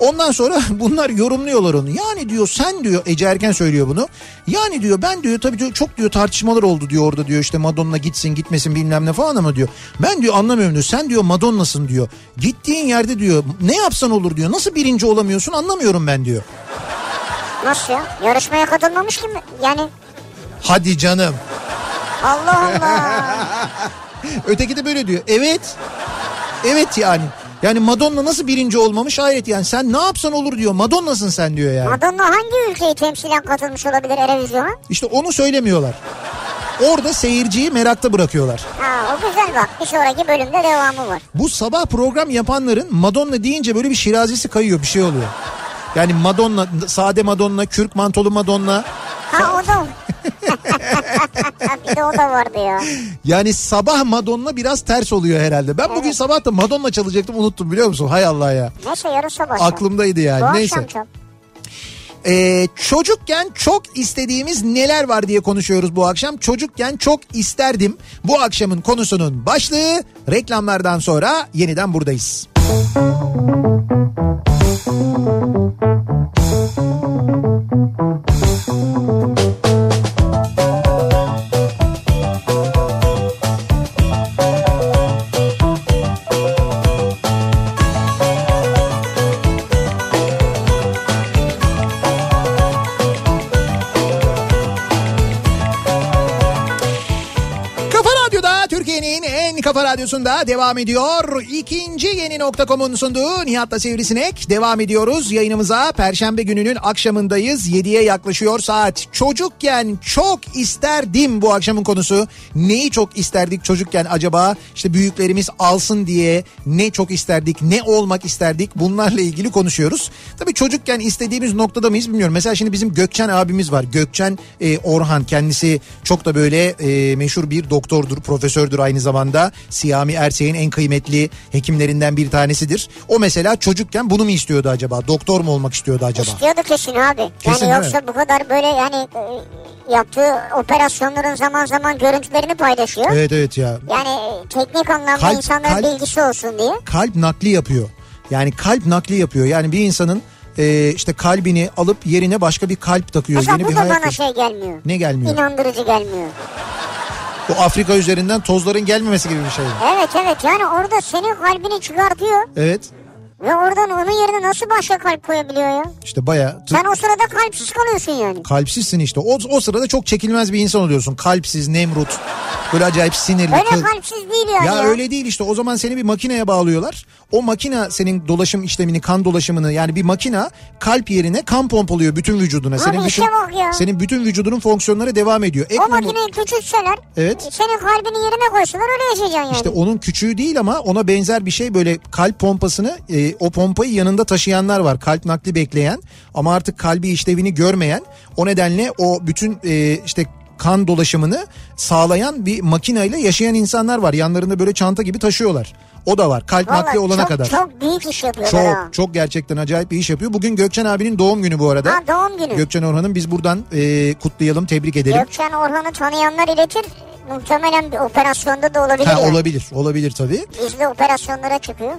A: Ondan sonra bunlar yorumluyorlar onu. Yani diyor sen diyor Ece Erken söylüyor bunu. Yani diyor ben diyor tabii diyor, çok diyor tartışmalar oldu diyor orada diyor işte Madonna gitsin gitmesin bilmem ne falan ama diyor. Ben diyor anlamıyorum diyor sen diyor Madonna'sın diyor. Gittiğin yerde diyor ne yapsan olur diyor nasıl birinci olamıyorsun anlamıyorum ben diyor.
B: Nasıl ya? Yarışmaya katılmamış ki mi? Yani
A: Hadi canım.
B: Allah Allah.
A: Öteki de böyle diyor. Evet. Evet yani. Yani Madonna nasıl birinci olmamış hayret yani sen ne yapsan olur diyor. Madonna'sın sen diyor yani.
B: Madonna hangi ülkeyi temsilen katılmış olabilir Erevizyon'a?
A: İşte onu söylemiyorlar. Orada seyirciyi merakta bırakıyorlar.
B: Ha o güzel bak. Bir sonraki bölümde devamı var.
A: Bu sabah program yapanların Madonna deyince böyle bir şirazesi kayıyor bir şey oluyor. Yani Madonna, sade Madonna, kürk mantolu Madonna.
B: Ha o da bir de o da vardı ya.
A: Yani sabah Madonna biraz ters oluyor herhalde. Ben bugün sabah da Madonna çalacaktım unuttum biliyor musun? Hay Allah ya.
B: Neyse yarın sabah. çal.
A: Aklımdaydı
B: Bu
A: yani. Neyse.
B: akşam çal.
A: Ee, çocukken çok istediğimiz neler var diye konuşuyoruz bu akşam. Çocukken çok isterdim. Bu akşamın konusunun başlığı reklamlardan sonra yeniden buradayız. Kafa Radyo'da Türkiye'nin en kafa Kafa Radyosu'nda devam ediyor. İkinci yeni nokta.com'un sunduğu Nihat'la Sivrisinek devam ediyoruz. Yayınımıza Perşembe gününün akşamındayız. 7'ye yaklaşıyor saat. Çocukken çok isterdim bu akşamın konusu. Neyi çok isterdik çocukken acaba? İşte büyüklerimiz alsın diye ne çok isterdik, ne olmak isterdik bunlarla ilgili konuşuyoruz. Tabii çocukken istediğimiz noktada mıyız bilmiyorum. Mesela şimdi bizim Gökçen abimiz var. Gökçen e, Orhan kendisi çok da böyle e, meşhur bir doktordur, profesördür aynı zamanda. Siyami Erseğin en kıymetli hekimlerinden bir tanesidir. O mesela çocukken bunu mu istiyordu acaba? Doktor mu olmak istiyordu acaba?
B: İstiyordu kesin abi.
A: Kesin,
B: yani yoksa
A: evet.
B: bu kadar böyle yani e, yaptığı operasyonların zaman zaman görüntülerini paylaşıyor.
A: Evet evet ya.
B: Yani e, teknik anlamda
A: Kalp-
B: insanların
A: kalp-
B: bilgisi olsun diye.
A: kalp nakli yapıyor. Yani kalp nakli yapıyor. Yani bir insanın e, işte kalbini alıp yerine başka bir kalp takıyor.
B: Mesela
A: Yeni
B: bu
A: bir
B: da
A: hayat
B: bana
A: yaşıyor.
B: şey gelmiyor.
A: Ne gelmiyor?
B: İnandırıcı gelmiyor.
A: Bu Afrika üzerinden tozların gelmemesi gibi bir şey.
B: Evet evet yani orada senin kalbini çıkartıyor.
A: Evet.
B: Ve oradan onun yerine nasıl başka kalp koyabiliyor ya?
A: İşte bayağı t-
B: Sen o sırada kalpsiz kalıyorsun yani.
A: kalpsizsin işte. O, o sırada çok çekilmez bir insan oluyorsun. Kalpsiz, nemrut. Böyle acayip sinirli.
B: Öyle
A: kıl-
B: kalpsiz değil yani.
A: Ya öyle değil işte o zaman seni bir makineye bağlıyorlar. O makina senin dolaşım işlemini, kan dolaşımını yani bir makina kalp yerine kan pompalıyor bütün vücuduna.
B: Abi
A: senin
B: işe
A: bütün
B: bak ya.
A: senin bütün vücudunun fonksiyonları devam ediyor. Ek
B: O
A: numara-
B: makineyi küçültseler
A: Evet.
B: senin kalbini yerine koysalar öyle yaşayacaksın yani.
A: İşte onun küçüğü değil ama ona benzer bir şey böyle kalp pompasını e, o pompayı yanında taşıyanlar var. Kalp nakli bekleyen ama artık kalbi işlevini görmeyen o nedenle o bütün e, işte kan dolaşımını sağlayan bir makineyle yaşayan insanlar var. Yanlarında böyle çanta gibi taşıyorlar. O da var kalp
B: Vallahi
A: nakli olana
B: çok,
A: kadar.
B: Çok büyük iş yapıyorlar ha.
A: Çok çok gerçekten acayip bir iş yapıyor. Bugün Gökçen abinin doğum günü bu arada.
B: Ha, doğum günü.
A: Gökçen Orhan'ın biz buradan e, kutlayalım, tebrik edelim.
B: Gökçen Orhan'ı tanıyanlar iletir. Muhtemelen bir operasyonda da olabilir.
A: Ha,
B: yani.
A: olabilir, olabilir tabii.
B: Gizli operasyonlara çıkıyor.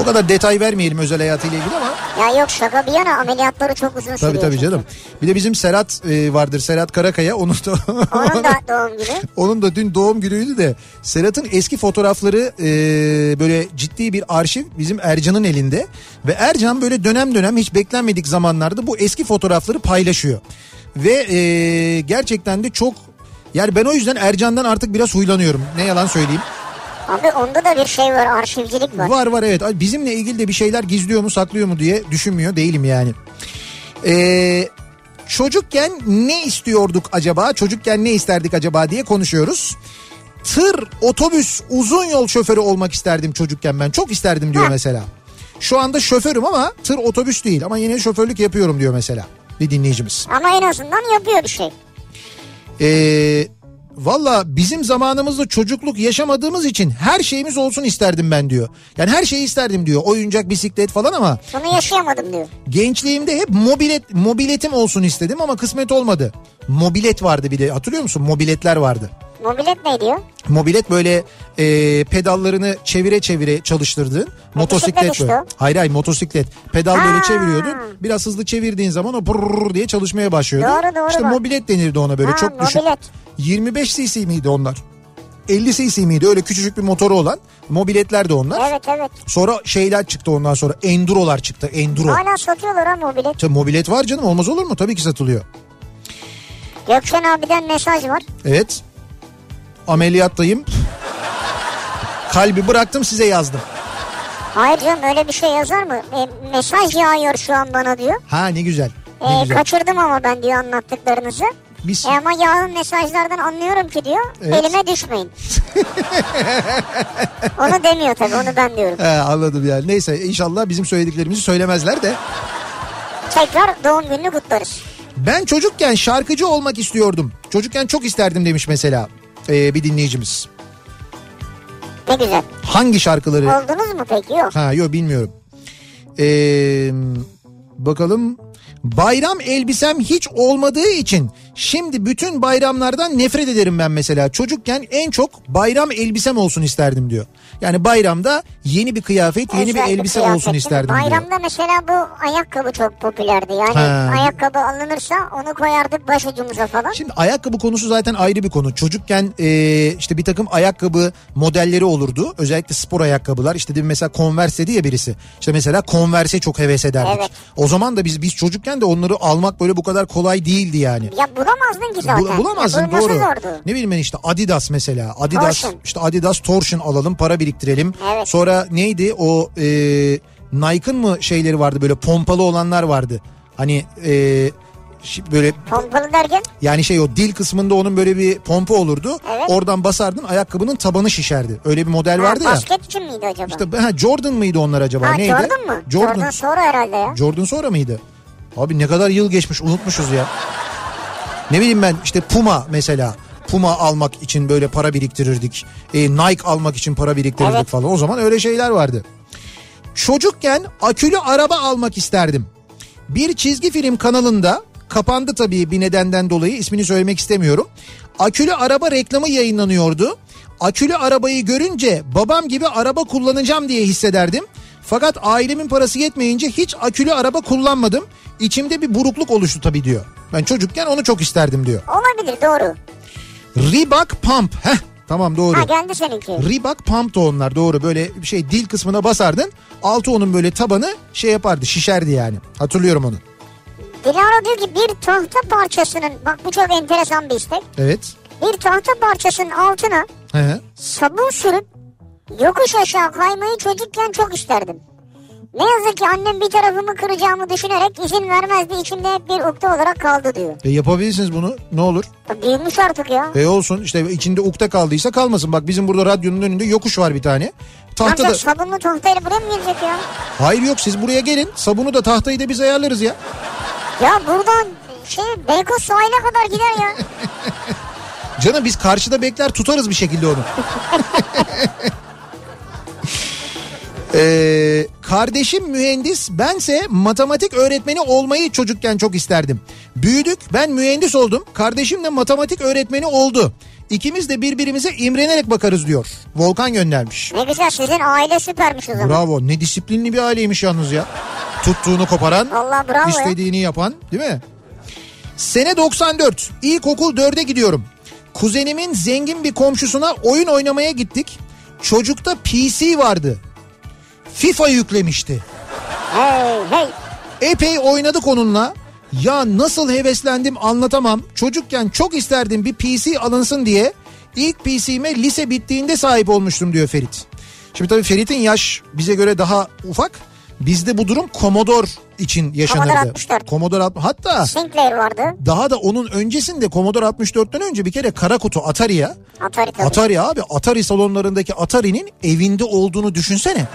A: O kadar detay vermeyelim özel hayatıyla ilgili ama
B: Ya yok şaka bir yana ameliyatları çok uzun sürüyor.
A: Tabii tabii
B: çünkü.
A: canım. Bir de bizim Serhat e, vardır Serhat Karakaya. Onun da
B: Onun da doğum günü.
A: onun da dün doğum günüydü de Serhat'ın eski fotoğrafları e, böyle ciddi bir arşiv bizim Ercan'ın elinde ve Ercan böyle dönem dönem hiç beklenmedik zamanlarda bu eski fotoğrafları paylaşıyor. Ve e, gerçekten de çok yani ben o yüzden Ercan'dan artık biraz huylanıyorum. Ne yalan söyleyeyim.
B: Abi onda da bir şey var arşivcilik var.
A: Var var evet. Ay, Bizimle ilgili de bir şeyler gizliyor mu saklıyor mu diye düşünmüyor değilim yani. Ee, çocukken ne istiyorduk acaba? Çocukken ne isterdik acaba diye konuşuyoruz. Tır, otobüs, uzun yol şoförü olmak isterdim çocukken ben. Çok isterdim diyor
B: Ha.
A: mesela. Şu anda şoförüm ama tır otobüs değil ama yine şoförlük yapıyorum diyor mesela bir dinleyicimiz.
B: Ama en azından yapıyor bir şey.
A: Ee, Valla bizim zamanımızda çocukluk yaşamadığımız için her şeyimiz olsun isterdim ben diyor. Yani her şeyi isterdim diyor. Oyuncak, bisiklet falan ama
B: Bunu yaşayamadım diyor.
A: gençliğimde hep mobilet, mobiletim olsun istedim ama kısmet olmadı. Mobilet vardı bir de hatırlıyor musun? Mobiletler vardı.
B: Mobilet ne diyor?
A: Mobilet böyle e, pedallarını çevire çevire çalıştırdığın motosiklet
B: işte
A: böyle.
B: o.
A: Hayır hayır motosiklet. Pedal
B: Ha.
A: böyle çeviriyordun. Biraz hızlı çevirdiğin zaman o brrrr diye çalışmaya başlıyordu.
B: Doğru, doğru
A: İşte
B: bak.
A: mobilet denirdi ona böyle
B: Ha,
A: çok düşük.
B: mobilet.
A: 25 cc miydi onlar? 50 cc miydi öyle küçücük bir motoru olan mobiletler de onlar.
B: Evet evet.
A: Sonra şeyler çıktı ondan sonra endurolar çıktı enduro.
B: Hala satıyorlar ha mobilet.
A: Tabii mobilet var canım olmaz olur mu? Tabii ki satılıyor.
B: Gökçen abiden mesaj var.
A: Evet. Ameliyattayım. Kalbi bıraktım size yazdım.
B: Hayır canım öyle bir şey yazar mı? E, mesaj yağıyor şu an bana diyor.
A: Ha ne güzel.
B: E,
A: Ne güzel.
B: kaçırdım ama ben diyor anlattıklarınızı.
A: Biz
B: E, ama yağın mesajlardan anlıyorum ki diyor.
A: Evet.
B: Elime düşmeyin. onu demiyor tabii onu ben diyorum.
A: He, Ee, anladım yani. Neyse inşallah bizim söylediklerimizi söylemezler de.
B: Tekrar doğum gününü kutlarız.
A: Ben çocukken şarkıcı olmak istiyordum. Çocukken çok isterdim demiş mesela e, bir dinleyicimiz.
B: Ne güzel.
A: Hangi şarkıları?
B: Oldunuz mu peki? Yok.
A: Ha yok bilmiyorum. Ee, bakalım. Bayram elbisem hiç olmadığı için şimdi bütün bayramlardan nefret ederim ben mesela. Çocukken en çok bayram elbisem olsun isterdim diyor. Yani bayramda yeni bir kıyafet, yeni bir
B: Özellikle
A: elbise
B: kıyafet,
A: olsun
B: değil mi?
A: isterdim diyor.
B: Bayramda mesela bu ayakkabı çok popülerdi. Yani
A: Ha.
B: ayakkabı alınırsa onu koyardık başucumuza falan.
A: Şimdi ayakkabı konusu zaten ayrı bir konu. Çocukken e, işte bir takım ayakkabı modelleri olurdu. Özellikle spor ayakkabılar. İşte demin mesela Converse dedi ya birisi. İşte mesela Converse'e çok heves ederdik.
B: Evet.
A: O zaman da biz biz çocukken de onları almak böyle bu kadar kolay değildi yani.
B: Ya bu bulamazdın ki zaten.
A: Bul- bulamazsın
B: Bulması
A: doğru.
B: zordu.
A: Ne bileyim ben işte Adidas mesela. Adidas
B: Torsion.
A: işte Adidas Torsion alalım para biriktirelim.
B: Evet.
A: Sonra neydi o e, Nike'ın mı şeyleri vardı böyle pompalı olanlar vardı. Hani e, şi- böyle
B: Pompalı derken
A: yani şey o dil kısmında onun böyle bir pompa olurdu.
B: Evet.
A: Oradan basardın ayakkabının tabanı şişerdi. Öyle bir model
B: ha,
A: vardı ya.
B: basket için miydi acaba?
A: İşte, ha, Jordan mıydı onlar acaba?
B: ha,
A: Neydi?
B: Jordan mı? Jordan.
A: Jordan.
B: sonra herhalde ya.
A: Jordan sonra mıydı? Abi ne kadar yıl geçmiş unutmuşuz ya. Ne bileyim ben işte Puma mesela. Puma almak için böyle para biriktirirdik. E, Nike almak için para biriktirirdik
B: Evet.
A: falan. O zaman öyle şeyler vardı. Çocukken akülü araba almak isterdim. Bir çizgi film kanalında kapandı tabii bir nedenden dolayı ismini söylemek istemiyorum. Akülü araba reklamı yayınlanıyordu. Akülü arabayı görünce babam gibi araba kullanacağım diye hissederdim. Fakat ailemin parası yetmeyince hiç akülü araba kullanmadım. İçimde bir burukluk oluştu tabii diyor. Ben çocukken onu çok isterdim diyor.
B: Olabilir doğru.
A: Reebok Pump. Heh tamam doğru.
B: Ha geldi seninki.
A: Reebok Pump da onlar doğru böyle bir şey dil kısmına basardın. Altı onun böyle tabanı şey yapardı şişerdi yani. Hatırlıyorum onu.
B: Dilara diyor ki bir tahta parçasının bak bu çok enteresan bir istek.
A: Evet.
B: Bir tahta parçasının altına
A: Hı hı.
B: sabun sürüp yokuş aşağı kaymayı çocukken çok isterdim. Ne yazık ki annem bir tarafımı kıracağımı düşünerek izin vermezdi. İçimde hep bir ukde olarak kaldı diyor.
A: E yapabilirsiniz bunu ne olur.
B: Büyümüş artık ya.
A: E olsun işte içinde ukta kaldıysa kalmasın. Bak bizim burada radyonun önünde yokuş var bir tane. Tahta da...
B: Amca sabunlu tahtayla buraya mı gelecek ya?
A: Hayır yok siz buraya gelin. Sabunu da tahtayı da biz ayarlarız ya.
B: Ya buradan şey Beykoz sahile kadar gider ya.
A: Canım biz karşıda bekler tutarız bir şekilde onu. Ee, kardeşim mühendis bense matematik öğretmeni olmayı çocukken çok isterdim. Büyüdük ben mühendis oldum kardeşim de matematik öğretmeni oldu. İkimiz de birbirimize imrenerek bakarız diyor. Volkan göndermiş.
B: Ne güzel sizin aile süpermiş o zaman.
A: Bravo ne disiplinli bir aileymiş yalnız ya. Tuttuğunu koparan,
B: Vallahi bravo ya.
A: istediğini yapan değil mi? Sene 94 ilkokul 4'e gidiyorum. Kuzenimin zengin bir komşusuna oyun oynamaya gittik. Çocukta PC vardı. FIFA yüklemişti.
B: Hey hey.
A: Epey oynadık onunla. Ya nasıl heveslendim anlatamam. Çocukken çok isterdim bir PC alınsın diye. İlk PC'me lise bittiğinde sahip olmuştum diyor Ferit. Şimdi tabii Ferit'in yaş bize göre daha ufak. Bizde bu durum Commodore için yaşanırdı.
B: Commodore 64.
A: Commodore alt- hatta
B: Sinclair vardı.
A: daha da onun öncesinde Commodore 64'ten önce bir kere kara kutu Atari'ye
B: Atari tabii.
A: Atari abi Atari salonlarındaki Atari'nin evinde olduğunu düşünsene.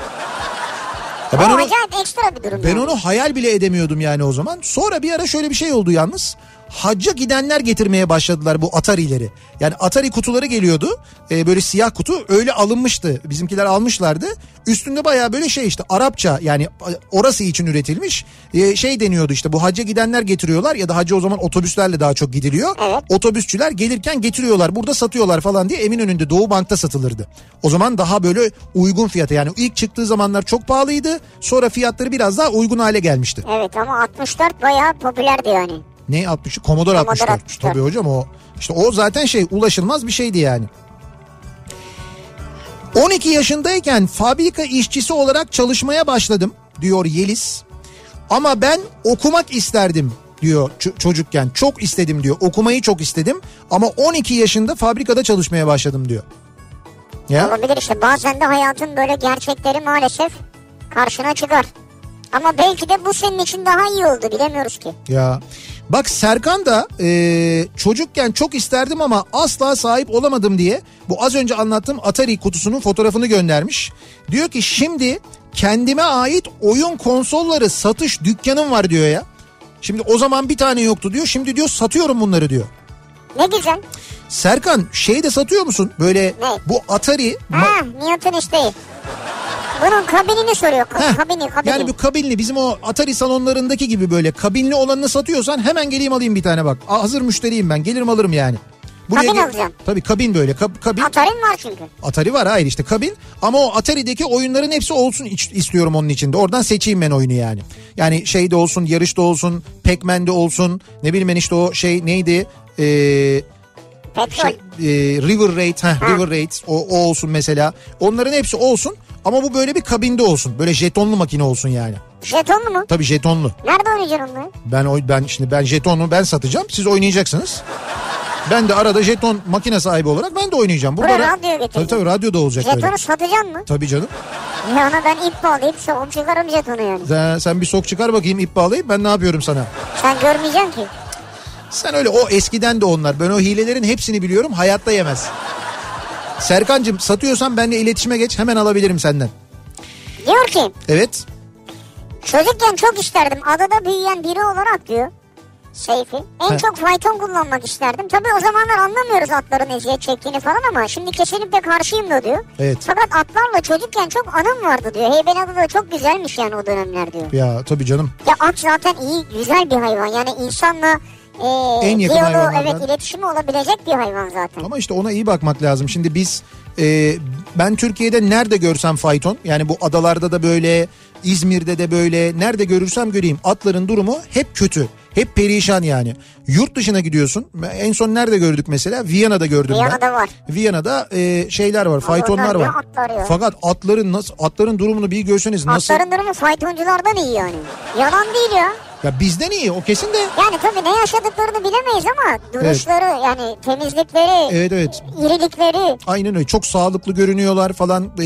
A: Ya
B: Ben
A: ben onu-
B: acayip ekstra bir durum.
A: ben
B: yani.
A: onu hayal bile edemiyordum yani o zaman. Sonra bir ara şöyle bir şey oldu yalnız. Hacca gidenler getirmeye başladılar bu Atari'leri. Yani Atari kutuları geliyordu. Ee, böyle siyah kutu öyle alınmıştı. Bizimkiler almışlardı. Üstünde bayağı böyle şey işte Arapça yani orası için üretilmiş. Ee, şey deniyordu işte bu hacca gidenler getiriyorlar ya da hacca o zaman otobüslerle daha çok gidiliyor.
B: Evet.
A: Otobüsçüler gelirken getiriyorlar burada satıyorlar falan diye Eminönü'nde Doğu Bank'ta satılırdı. O zaman daha böyle uygun fiyata yani ilk çıktığı zamanlar çok pahalıydı. Sonra fiyatları biraz daha uygun hale gelmişti.
B: Evet ama 64 bayağı popülerdi yani.
A: Ne 60'ı? Commodore 64.
B: 64.
A: Tabii hocam o. işte o zaten şey ulaşılmaz bir şeydi yani. 12 yaşındayken fabrika işçisi olarak çalışmaya başladım diyor Yeliz. Ama ben okumak isterdim diyor ç- çocukken. Çok istedim diyor. Okumayı çok istedim ama 12 yaşında fabrikada çalışmaya başladım diyor. Ya
B: Olabilir işte bazen de hayatın böyle gerçekleri maalesef karşına çıkar. Ama belki de bu senin için daha iyi oldu bilemiyoruz ki.
A: ya. Bak Serkan da e, çocukken çok isterdim ama asla sahip olamadım diye bu az önce anlattığım Atari kutusunun fotoğrafını göndermiş. Diyor ki şimdi kendime ait oyun konsolları satış dükkanım var diyor ya. Şimdi o zaman bir tane yoktu diyor. Şimdi diyor satıyorum bunları diyor.
B: Ne güzel.
A: Serkan şey de satıyor musun? Böyle bu Atari ma-
B: Ha Newton isteği. Bunun kabinini soruyor.
A: Heh,
B: kabini kabini.
A: Yani bir kabinli bizim o Atari salonlarındaki gibi böyle kabinli olanını satıyorsan hemen geleyim alayım bir tane bak. Aa, hazır müşteriyim ben gelirim alırım yani.
B: Kabin
A: gel-
B: alacağım.
A: Tabii kabin böyle kab- kabin.
B: Atari'n var çünkü.
A: Atari var hayır işte kabin ama o Atari'deki oyunların hepsi olsun iç- istiyorum onun içinde. Oradan seçeyim ben oyunu yani. Yani şey de olsun yarışta olsun Pac-Man'de olsun ne bileyim ben işte o şey neydi eee
B: Petrol.
A: şey, e, River Raid, heh, River Raid o, o olsun mesela. Onların hepsi olsun ama bu böyle bir kabinde olsun. Böyle jetonlu makine olsun yani.
B: Jetonlu mu?
A: Tabii jetonlu.
B: Nerede oynayacaksın onu?
A: Ben oy- ben şimdi ben jetonu ben satacağım. Siz oynayacaksınız. Ben de arada jeton makine sahibi olarak ben de oynayacağım.
B: Buraya
A: ra-
B: radyoya getirdin.
A: Tabii tabii radyoda olacak böyle.
B: Jetonu satacaksın mı?
A: Tabii canım.
B: Ya ona ben ip bağlayıp sokum çıkarım jetonu yani.
A: Sen, sen bir sok çıkar bakayım ip bağlayıp ben ne yapıyorum sana.
B: Sen görmeyeceksin ki.
A: Sen öyle o eskiden de onlar. Ben o hilelerin hepsini biliyorum hayatta yemez. Serkancığım satıyorsan benimle iletişime geç hemen alabilirim senden.
B: Diyor ki
A: Evet.
B: çocukken çok isterdim adada büyüyen biri olarak diyor. Seyfi. En
A: He.
B: çok fayton kullanmak isterdim. Tabii o zamanlar anlamıyoruz atların eziyet çektiğini falan ama şimdi kesinlikle karşıyım da diyor.
A: Evet.
B: Fakat atlarla çocukken çok anım vardı diyor. Heybeliada da çok güzelmiş yani o dönemler diyor.
A: Ya tabii canım.
B: Ya at zaten iyi güzel bir hayvan. Yani insanla e,
A: En yakın
B: diyaloğu,
A: hayvanlardan.
B: evet iletişimi olabilecek bir hayvan zaten.
A: Ama işte ona iyi bakmak lazım. Şimdi biz e, ben Türkiye'de nerede görsem fayton yani bu adalarda da böyle İzmir'de de böyle nerede görürsem göreyim atların durumu hep kötü. Hep perişan yani. Yurt dışına gidiyorsun. En son nerede gördük mesela? Viyana'da gördüm ben.
B: Viyana'da var.
A: Viyana'da e, şeyler var, faytonlar
B: onlar ne
A: var.
B: atlar ya?
A: Fakat atların nasıl atların durumunu bir görseniz nasıl?
B: Atların durumu faytonculardan iyi yani. Yalan değil ya.
A: Ya bizden iyi o kesin de.
B: Yani tabii ne yaşadıklarını bilemeyiz ama duruşları yani temizlikleri,
A: Evet evet.
B: irilikleri.
A: Aynen öyle çok sağlıklı görünüyorlar falan Ee,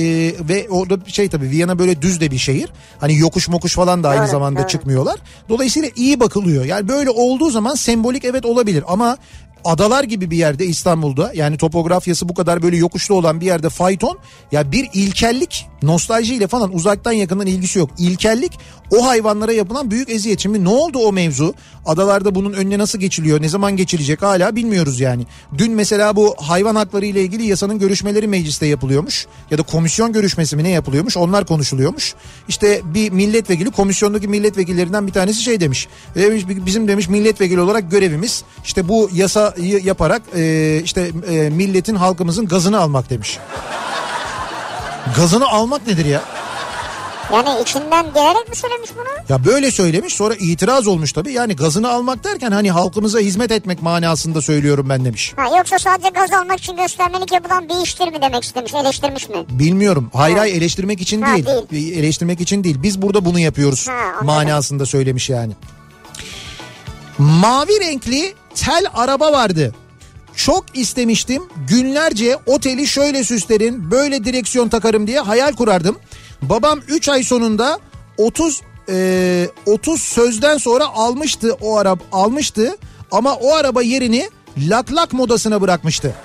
A: ve orada bir şey tabii Viyana böyle düz de bir şehir. Hani yokuş mokuş falan da aynı
B: Evet,
A: zamanda
B: evet.
A: çıkmıyorlar. Dolayısıyla iyi bakılıyor. Yani böyle olduğu zaman sembolik evet olabilir ama adalar gibi bir yerde İstanbul'da yani topografyası bu kadar böyle yokuşlu olan bir yerde fayton ya bir ilkellik nostaljiyle falan uzaktan yakından ilgisi yok. İlkellik o hayvanlara yapılan büyük eziyet. Şimdi ne oldu o mevzu? Adalarda bunun önüne nasıl geçiliyor? Ne zaman geçilecek? Hala bilmiyoruz yani. Dün mesela bu hayvan hakları ile ilgili yasanın görüşmeleri mecliste yapılıyormuş. Ya da komisyon görüşmesi mi ne yapılıyormuş? Onlar konuşuluyormuş. İşte bir milletvekili komisyondaki milletvekillerinden bir tanesi şey demiş. Demiş, Bizim demiş milletvekili olarak görevimiz işte bu yasayı yaparak e, işte e, milletin halkımızın gazını almak demiş. Gazını almak nedir ya?
B: Yani içinden gelerek mi söylemiş bunu?
A: Ya böyle söylemiş sonra itiraz olmuş tabii. Yani gazını almak derken hani halkımıza hizmet etmek manasında söylüyorum ben demiş.
B: Ha, yoksa sadece gaz almak için göstermelik yapılan bir iştir mi demek istemiş, eleştirmiş mi?
A: Bilmiyorum. Hayır hayır eleştirmek için
B: Ha,
A: değil. Eleştirmek için değil. Biz burada bunu yapıyoruz
B: Ha, anladım.
A: manasında söylemiş yani. Mavi renkli tel araba vardı. Çok istemiştim. Günlerce oteli şöyle süslerim, böyle direksiyon takarım diye hayal kurardım. Babam 3 ay sonunda 30 e, 30 sözden sonra almıştı o arab almıştı ama o araba yerini laklak modasına bırakmıştı.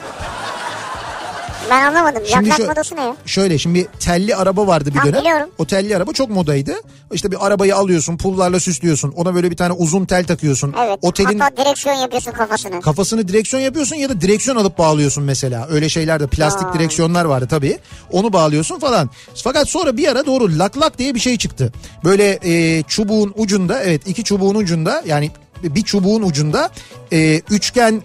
B: Ben anlamadım.
A: Şimdi
B: Yaklak
A: şu-
B: modası ne ya?
A: Şöyle şimdi bir telli araba vardı bir
B: Ha,
A: dönem.
B: biliyorum.
A: O telli araba çok modaydı. İşte bir arabayı alıyorsun pullarla süslüyorsun. Ona böyle bir tane uzun tel takıyorsun.
B: Evet.
A: Otelin
B: Hatta direksiyon yapıyorsun kafasını.
A: kafasını direksiyon yapıyorsun ya da direksiyon alıp bağlıyorsun mesela. Öyle şeyler de plastik
B: Aa.
A: direksiyonlar vardı tabii. Onu bağlıyorsun falan. Fakat sonra bir ara doğru lak lak diye bir şey çıktı. Böyle e, çubuğun ucunda evet iki çubuğun ucunda yani bir çubuğun ucunda e, üçgen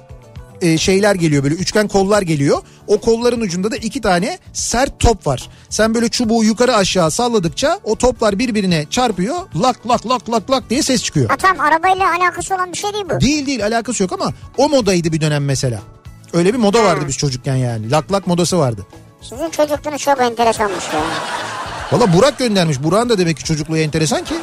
A: e, şeyler geliyor böyle üçgen kollar geliyor. O kolların ucunda da iki tane sert top var. Sen böyle çubuğu yukarı aşağı salladıkça o toplar birbirine çarpıyor. Lak lak lak lak lak diye ses çıkıyor.
B: Ha tamam arabayla alakası olan bir şey değil bu.
A: Değil değil alakası yok ama o modaydı bir dönem mesela. Öyle bir moda
B: Hmm.
A: vardı biz çocukken yani. Lak lak modası vardı.
B: Sizin çocukluğunuz çok enteresanmış ya.
A: Valla Burak göndermiş. Burak'ın da demek ki çocukluğu enteresan ki.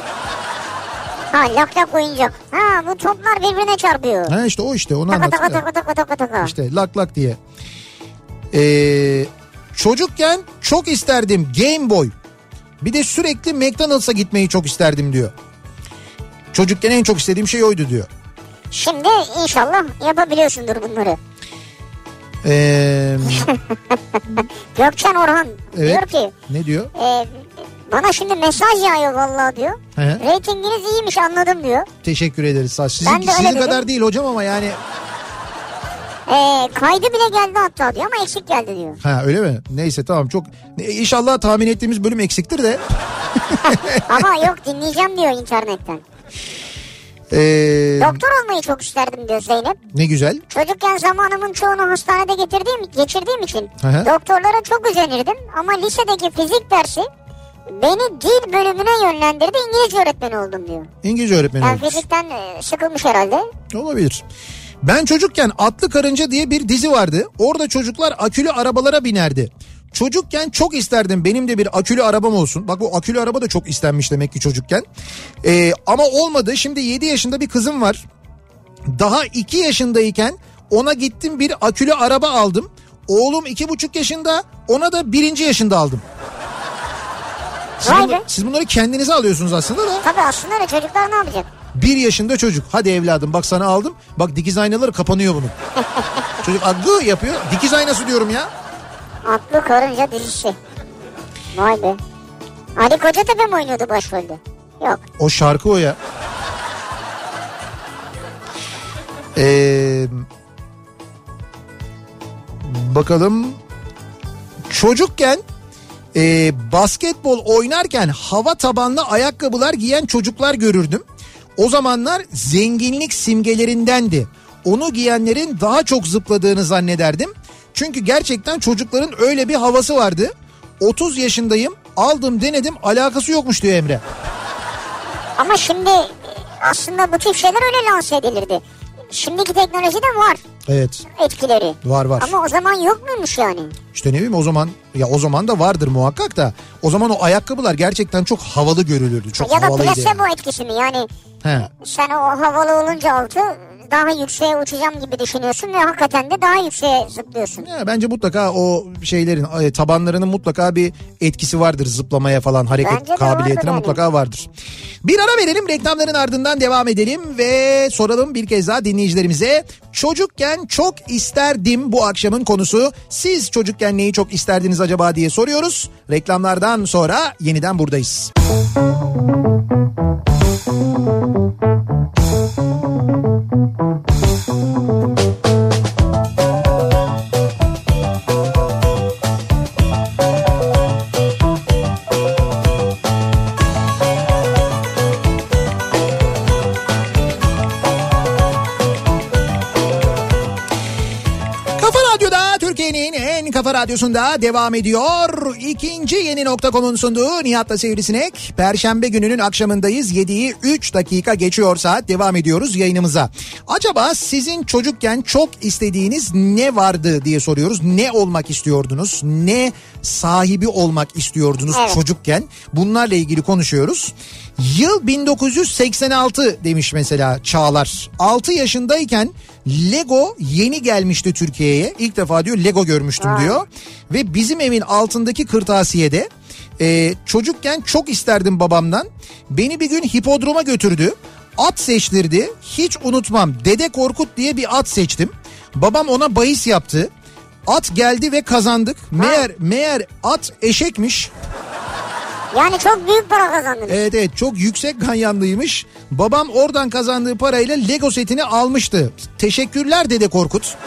B: Ha lak lak oyuncak. Ha bu toplar birbirine çarpıyor.
A: Ha işte o işte onu
B: Taka taka
A: anlatıyor.
B: taka taka taka taka.
A: İşte lak lak diye. Ee, çocukken çok isterdim Game Boy. Bir de sürekli McDonald's'a gitmeyi çok isterdim diyor. Çocukken en çok istediğim şey oydu diyor.
B: Şimdi inşallah yapabiliyorsundur bunları.
A: Ee,
B: Gökçen Orhan
A: Evet.
B: diyor ki
A: ne diyor?
B: e, bana şimdi mesaj yağıyor vallahi diyor.
A: Hı hı.
B: Ratinginiz iyiymiş anladım diyor.
A: Teşekkür ederiz. Sağ- Sizin,
B: Ben de öyle
A: sizin
B: dedim.
A: kadar değil hocam ama yani.
B: E, kaydı bile geldi hatta diyor ama eksik geldi diyor.
A: Ha öyle mi? Neyse tamam çok E, inşallah tahmin ettiğimiz bölüm eksiktir de.
B: ama yok dinleyeceğim diyor internetten.
A: Ee,
B: Doktor olmayı çok isterdim diyor Zeynep.
A: ne güzel.
B: Çocukken zamanımın çoğunu hastanede getirdiğim, geçirdiğim için
A: Hı hı.
B: doktorlara çok özenirdim. Ama lisedeki fizik dersi beni dil bölümüne yönlendirdi. İngilizce öğretmeni oldum diyor.
A: İngilizce öğretmeni
B: Yani
A: olmuş.
B: fizikten e, sıkılmış herhalde.
A: Olabilir. Ben çocukken Atlı Karınca diye bir dizi vardı. Orada çocuklar akülü arabalara binerdi. Çocukken çok isterdim benim de bir akülü arabam olsun. Bak bu akülü araba da çok istenmiş demek ki çocukken. Ee, ama olmadı. Şimdi 7 yaşında bir kızım var. Daha 2 yaşındayken ona gittim bir akülü araba aldım. Oğlum 2,5 yaşında ona da 1. yaşında aldım. Siz,
B: Vay
A: bunu-
B: be.
A: siz bunları kendinize alıyorsunuz aslında da.
B: Tabii aslında öyle çocuklar ne yapacak?
A: Bir yaşında çocuk. Hadi evladım bak sana aldım. Bak dikiz aynaları kapanıyor bunun. çocuk adı yapıyor. Dikiz aynası diyorum ya.
B: Atlı karınca dizisi. Vay be. Ali Kocatepe mi oynuyordu başrolde? Yok.
A: O şarkı o ya. Ee, bakalım. Çocukken e, basketbol oynarken hava tabanlı ayakkabılar giyen çocuklar görürdüm. O zamanlar zenginlik simgelerindendi. Onu giyenlerin daha çok zıpladığını zannederdim. Çünkü gerçekten çocukların öyle bir havası vardı. 30 yaşındayım aldım denedim alakası yokmuş diyor Emre.
B: Ama şimdi e, aslında bu tip şeyler öyle lanse edilirdi. Şimdiki teknolojide var
A: Evet.
B: etkileri.
A: Var var.
B: Ama o zaman yok muymuş yani?
A: İşte ne bileyim o zaman ya o zaman da vardır muhakkak da o zaman o ayakkabılar gerçekten çok havalı görülürdü. Çok
B: ya da
A: havalıydı. yani.
B: placebo etkisi mi? Yani
A: He.
B: sen o havalı olunca altı daha yükseğe uçacağım gibi düşünüyorsun ve hakikaten de daha yükseğe zıplıyorsun.
A: Ya bence mutlaka o şeylerin e, tabanlarının mutlaka bir etkisi vardır zıplamaya falan hareket
B: Bence de vardır
A: kabiliyetine
B: yani.
A: mutlaka vardır. Bir ara verelim reklamların ardından devam edelim ve soralım bir kez daha dinleyicilerimize. Çocukken çok isterdim bu akşamın konusu. Siz çocukken neyi çok isterdiniz acaba diye soruyoruz. Reklamlardan sonra yeniden buradayız. Kafa Radyo'da Türkiye'nin en kafa radyosunda devam ediyor. İkinci yeni nokta.com'un sunduğu Nihat'la Sivrisinek. Perşembe gününün akşamındayız. 7'yi 3 dakika geçiyor saat devam ediyoruz yayınımıza. Acaba sizin çocukken çok istediğiniz ne vardı diye soruyoruz. Ne olmak istiyordunuz? Ne sahibi olmak istiyordunuz
B: Evet.
A: çocukken? Bunlarla ilgili konuşuyoruz. Yıl 1986 demiş mesela Çağlar. 6 yaşındayken Lego yeni gelmişti Türkiye'ye. İlk defa diyor Lego görmüştüm diyor. Ve bizim evin altındaki kırtasiyede e, çocukken çok isterdim babamdan. Beni bir gün hipodroma götürdü. At seçtirdi. Hiç unutmam. Dede Korkut diye bir at seçtim. Babam ona bahis yaptı. At geldi ve kazandık. Meğer meğer at eşekmiş.
B: Yani çok büyük para kazandın.
A: Evet evet çok yüksek ganyanlıymış. Babam oradan kazandığı parayla Lego setini almıştı. Teşekkürler Dede Korkut.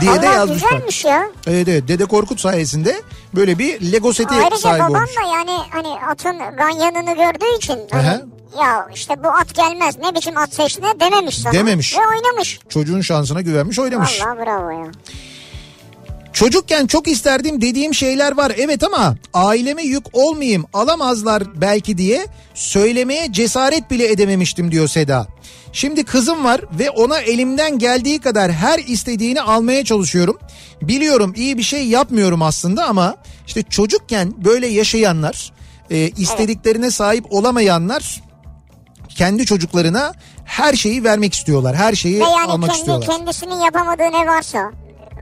A: Diye de
B: Allah
A: yazmış. bak.
B: güzelmiş ya.
A: Evet evet Dede Korkut sayesinde böyle bir Lego seti
B: Ayrıca
A: sahibi
B: babam
A: olmuş.
B: da yani hani atın ganyanını gördüğü için hani
A: Aha.
B: ya işte bu at gelmez ne biçim at seçtiğine dememiş sana.
A: Dememiş.
B: Ve oynamış.
A: Çocuğun şansına güvenmiş oynamış.
B: Valla bravo ya.
A: Çocukken çok isterdim dediğim şeyler var evet ama aileme yük olmayayım alamazlar belki diye söylemeye cesaret bile edememiştim diyor Seda. Şimdi kızım var ve ona elimden geldiği kadar her istediğini almaya çalışıyorum. Biliyorum iyi bir şey yapmıyorum aslında ama işte çocukken böyle yaşayanlar, e, istediklerine sahip olamayanlar kendi çocuklarına her şeyi vermek istiyorlar. Her şeyi
B: Ve yani
A: E, almak
B: kendi,
A: istiyorlar.
B: kendisinin yapamadığı ne varsa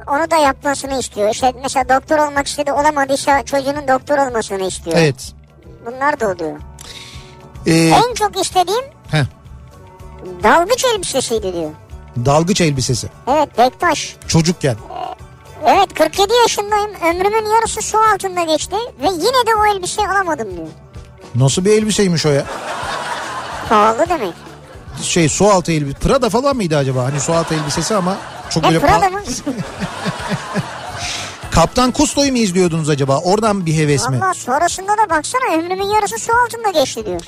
B: onu da yapmasını istiyor. İşte mesela doktor olmak istedi olamadıysa çocuğunun doktor olmasını istiyor.
A: Evet.
B: Bunlar da oluyor.
A: Ee,
B: En çok istediğim
A: heh,
B: dalgıç elbisesiydi diyor.
A: dalgıç elbisesi.
B: Evet Bektaş.
A: Çocukken.
B: Evet 47 yaşındayım. Ömrümün yarısı su altında geçti. Ve yine de o elbiseyi alamadım diyor.
A: Nasıl bir elbiseymiş o ya?
B: Pahalı demek.
A: Şey su altı elbise. Prada falan mıydı acaba? Hani su altı elbisesi ama çok
B: E
A: böyle...
B: Prada
A: pa-
B: mı?
A: Kaptan Kusto'yu mu izliyordunuz acaba? Oradan bir heves mi?
B: Valla sonrasında da baksana ömrümün yarısı su altında geçti diyor.